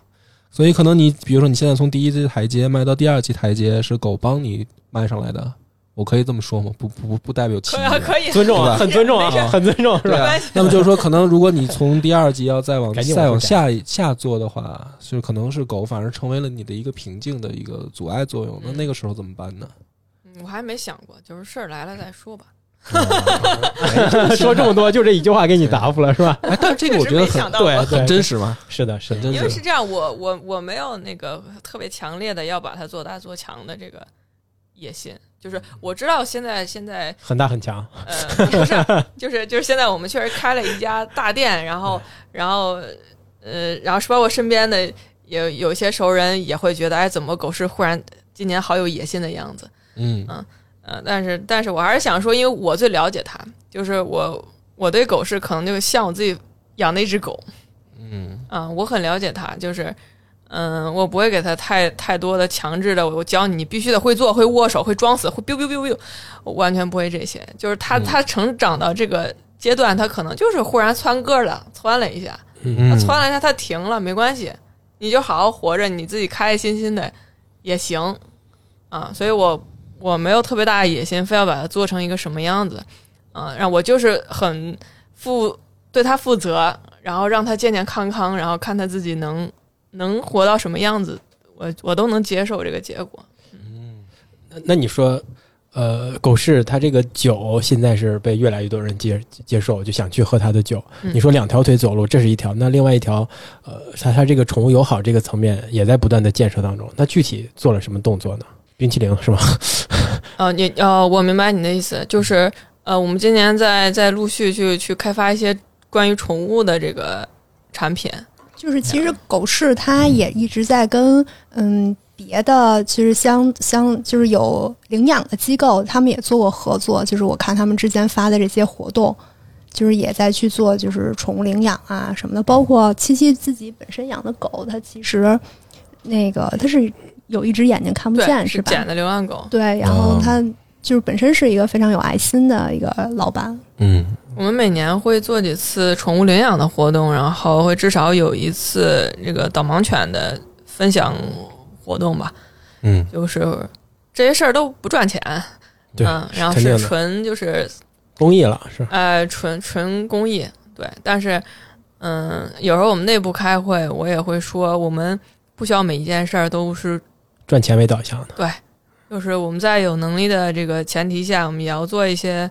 Speaker 4: 所以可能你，比如说你现在从第一级台阶迈到第二级台阶，是狗帮你迈上来的，我可以这么说吗？不不不不代表歧
Speaker 5: 可
Speaker 4: 义
Speaker 5: 以啊，
Speaker 4: 啊。
Speaker 5: 可以啊，
Speaker 1: 尊重啊，
Speaker 5: 没事
Speaker 1: 很尊重啊
Speaker 5: 没事，
Speaker 1: 很尊重是
Speaker 5: 没
Speaker 1: 吧？
Speaker 5: 关系。
Speaker 4: 那么就是说，可能如果你从第二集要再往
Speaker 1: 赶紧往
Speaker 4: 再
Speaker 1: 后
Speaker 4: 往
Speaker 1: 改
Speaker 4: 下一下做的话，就是可能是狗反而成为了你的一个瓶颈的一个阻碍作用。那
Speaker 5: 嗯
Speaker 4: 那个时候怎么办呢？
Speaker 5: 嗯我还没想过，就是事儿来了再说吧。
Speaker 4: 哎
Speaker 1: 说这么多，就这一句话给你答复了是吧？
Speaker 4: 哎，但是这个我觉得
Speaker 5: 确实没想
Speaker 4: 很
Speaker 5: 到
Speaker 1: 对对，
Speaker 4: 啊很真实 嘛，
Speaker 1: 是的，是
Speaker 4: 很
Speaker 1: 的，
Speaker 4: 真
Speaker 5: 因为
Speaker 4: 实
Speaker 5: 是。这样，我我我没有那个特别强烈的要把它做大做强的这个野心，就是我知道现在现在
Speaker 1: 很大很强，
Speaker 5: 呃，不是，就是 就是现在我们确实开了一家大店，然后然后呃，然后是包括身边的有有一些熟人也会觉得，哎，怎么狗市忽然今年好有野心的样子？
Speaker 4: 嗯
Speaker 5: 呃，但是但是我还是想说，因为我最了解它，就是我我对狗市可能就像我自己养的一只狗
Speaker 4: 嗯
Speaker 5: 啊、我很了解它，就是。嗯，我不会给它太太多的强制的，我教你，你必须得会做、会握手、会装死、会 biu biu biu biu，我完全不会这些。就是它
Speaker 4: 嗯
Speaker 5: 它成长到这个阶段，它可能就是忽然窜个儿了，窜了一下，它
Speaker 4: 嗯
Speaker 5: 窜了一下，它停了，没关系，你就好好活着，你自己开开心心的也行啊。所以我我没有特别大的野心，非要把它做成一个什么样子啊。让我就是很负对它负责，然后让它健健康康，然后看它自己能能活到什么样子，我我都能接受这个结果。
Speaker 1: 那那你说，呃，狗市它这个酒现在是被越来越多人接接受，就想去喝它的酒。
Speaker 5: 嗯
Speaker 1: 你说两条腿走路，这是一条，那另外一条，呃，它它这个宠物友好这个层面也在不断的建设当中。那具体做了什么动作呢？冰淇淋是
Speaker 5: 嗯
Speaker 1: 吗？
Speaker 5: 哦，你哦，我明白你的意思，就是呃，我们今年在在陆续去去开发一些关于宠物的这个产品，
Speaker 3: 就是其实狗市它也一直在跟嗯别的就是相相就是有领养的机构，他们也做过合作，就是我看他们之前发的这些活动。就是也在去做，就是宠物领养啊什么的，包括七七自己本身养的狗，它其实那个它是有一只眼睛看不
Speaker 5: 对，
Speaker 3: 见，
Speaker 5: 是
Speaker 3: 吧？
Speaker 5: 捡的流浪狗。
Speaker 3: 对，然
Speaker 1: 哦
Speaker 3: 后
Speaker 4: 嗯
Speaker 3: 他就是本身是一个非常有爱心的一个老板，
Speaker 4: 嗯
Speaker 5: 我们每年会做几次宠物领养的活动，然后会至少有一次这个导盲犬的分享活动吧。
Speaker 4: 嗯，
Speaker 5: 就是这些事儿都不赚钱，
Speaker 1: 对
Speaker 5: 嗯，然后
Speaker 1: 肯定
Speaker 5: 是
Speaker 1: 的
Speaker 5: 纯就是
Speaker 1: 公益了是吧？
Speaker 5: 呃纯纯公益，对。但是嗯，有时候我们内部开会，我也会说，我们不需要每一件事儿都是
Speaker 1: 赚钱为导向的。
Speaker 5: 就是我们在有能力的这个前提下，我们也要做一些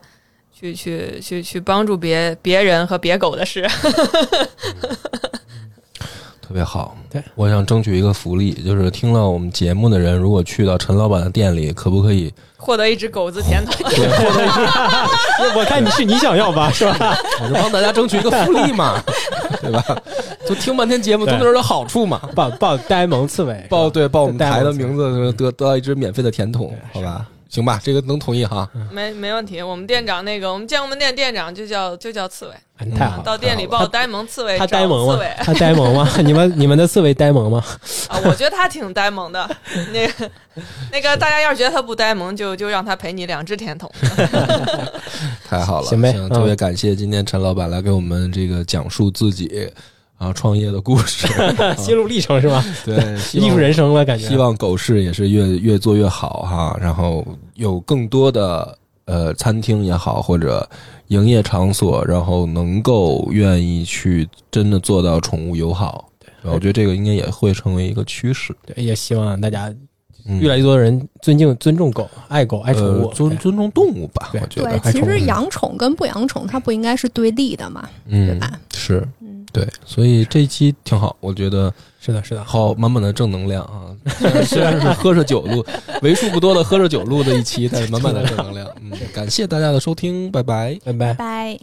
Speaker 5: 去去去去帮助别别人和别狗的事。
Speaker 4: 特别好。
Speaker 1: 对，
Speaker 4: 我想争取一个福利，就是听了我们节目的人，如果去到陈老板的店里，可不可以？
Speaker 5: 获得一只狗 子甜筒，
Speaker 1: 我看你是你想要吧，是 吧？
Speaker 4: 我就帮大家争取一个福利 嘛，对吧？就听半天节目，
Speaker 1: 对
Speaker 4: 从这儿有好处嘛。
Speaker 1: 报报呆萌刺猬，是吧
Speaker 4: 报对报我们台的名
Speaker 1: 字。
Speaker 4: 字得得到一支免费的甜筒
Speaker 1: 嗯对，嗯
Speaker 4: 好吧？行吧，这个能同意哈。
Speaker 5: 没没问题。我们店长那个，我们建国门店店长就叫就叫刺猬，
Speaker 1: 哎太好了，
Speaker 5: 到店里
Speaker 1: 太
Speaker 5: 报
Speaker 1: 好了
Speaker 5: 呆萌刺猬，
Speaker 1: 他他
Speaker 5: 找
Speaker 1: 呆萌
Speaker 5: 刺
Speaker 1: 吗
Speaker 5: 猬？
Speaker 1: 他呆萌吗？ 你们你们的刺猬呆萌吗？
Speaker 5: 啊，我觉得他挺呆萌的。那个那个，大家要是觉得他不呆萌，就就让他陪你两只甜筒。
Speaker 4: 太好了，
Speaker 1: 行呗
Speaker 4: 行
Speaker 1: 嗯
Speaker 4: 特别感谢今天陈老板来给我们这个讲述自己啊创业的故 事，啊
Speaker 1: 心路历程是吧？
Speaker 4: 对希望
Speaker 1: 艺术人生了感觉。
Speaker 4: 希望狗市也是越越做越好哈，然后有更多的呃餐厅也好，或者营业场所，然后能够愿意去真的做到宠物友好。对，我觉得这个应该也会成为一个趋势，
Speaker 1: 对，也希望大家
Speaker 4: 嗯
Speaker 1: 越来越多的人尊敬、尊重狗、爱狗、爱宠物
Speaker 4: 呃，尊尊重动物吧，
Speaker 1: 对
Speaker 4: 我觉
Speaker 3: 对
Speaker 4: 得，
Speaker 1: 还
Speaker 3: 其
Speaker 1: 宠
Speaker 3: 实
Speaker 1: 物
Speaker 3: 养宠跟不养宠，它不应该是对立的嘛，对
Speaker 4: 嗯
Speaker 3: 吧？
Speaker 4: 是
Speaker 3: 嗯，
Speaker 4: 对，所以这期挺好，我觉得
Speaker 1: 是的，是的，
Speaker 4: 好满满的正能量啊！虽然是喝着酒录，为数不多的喝着酒录的一期，但是满满的正能量。嗯，感谢大家的收听，拜拜。
Speaker 1: 拜拜。
Speaker 3: 拜。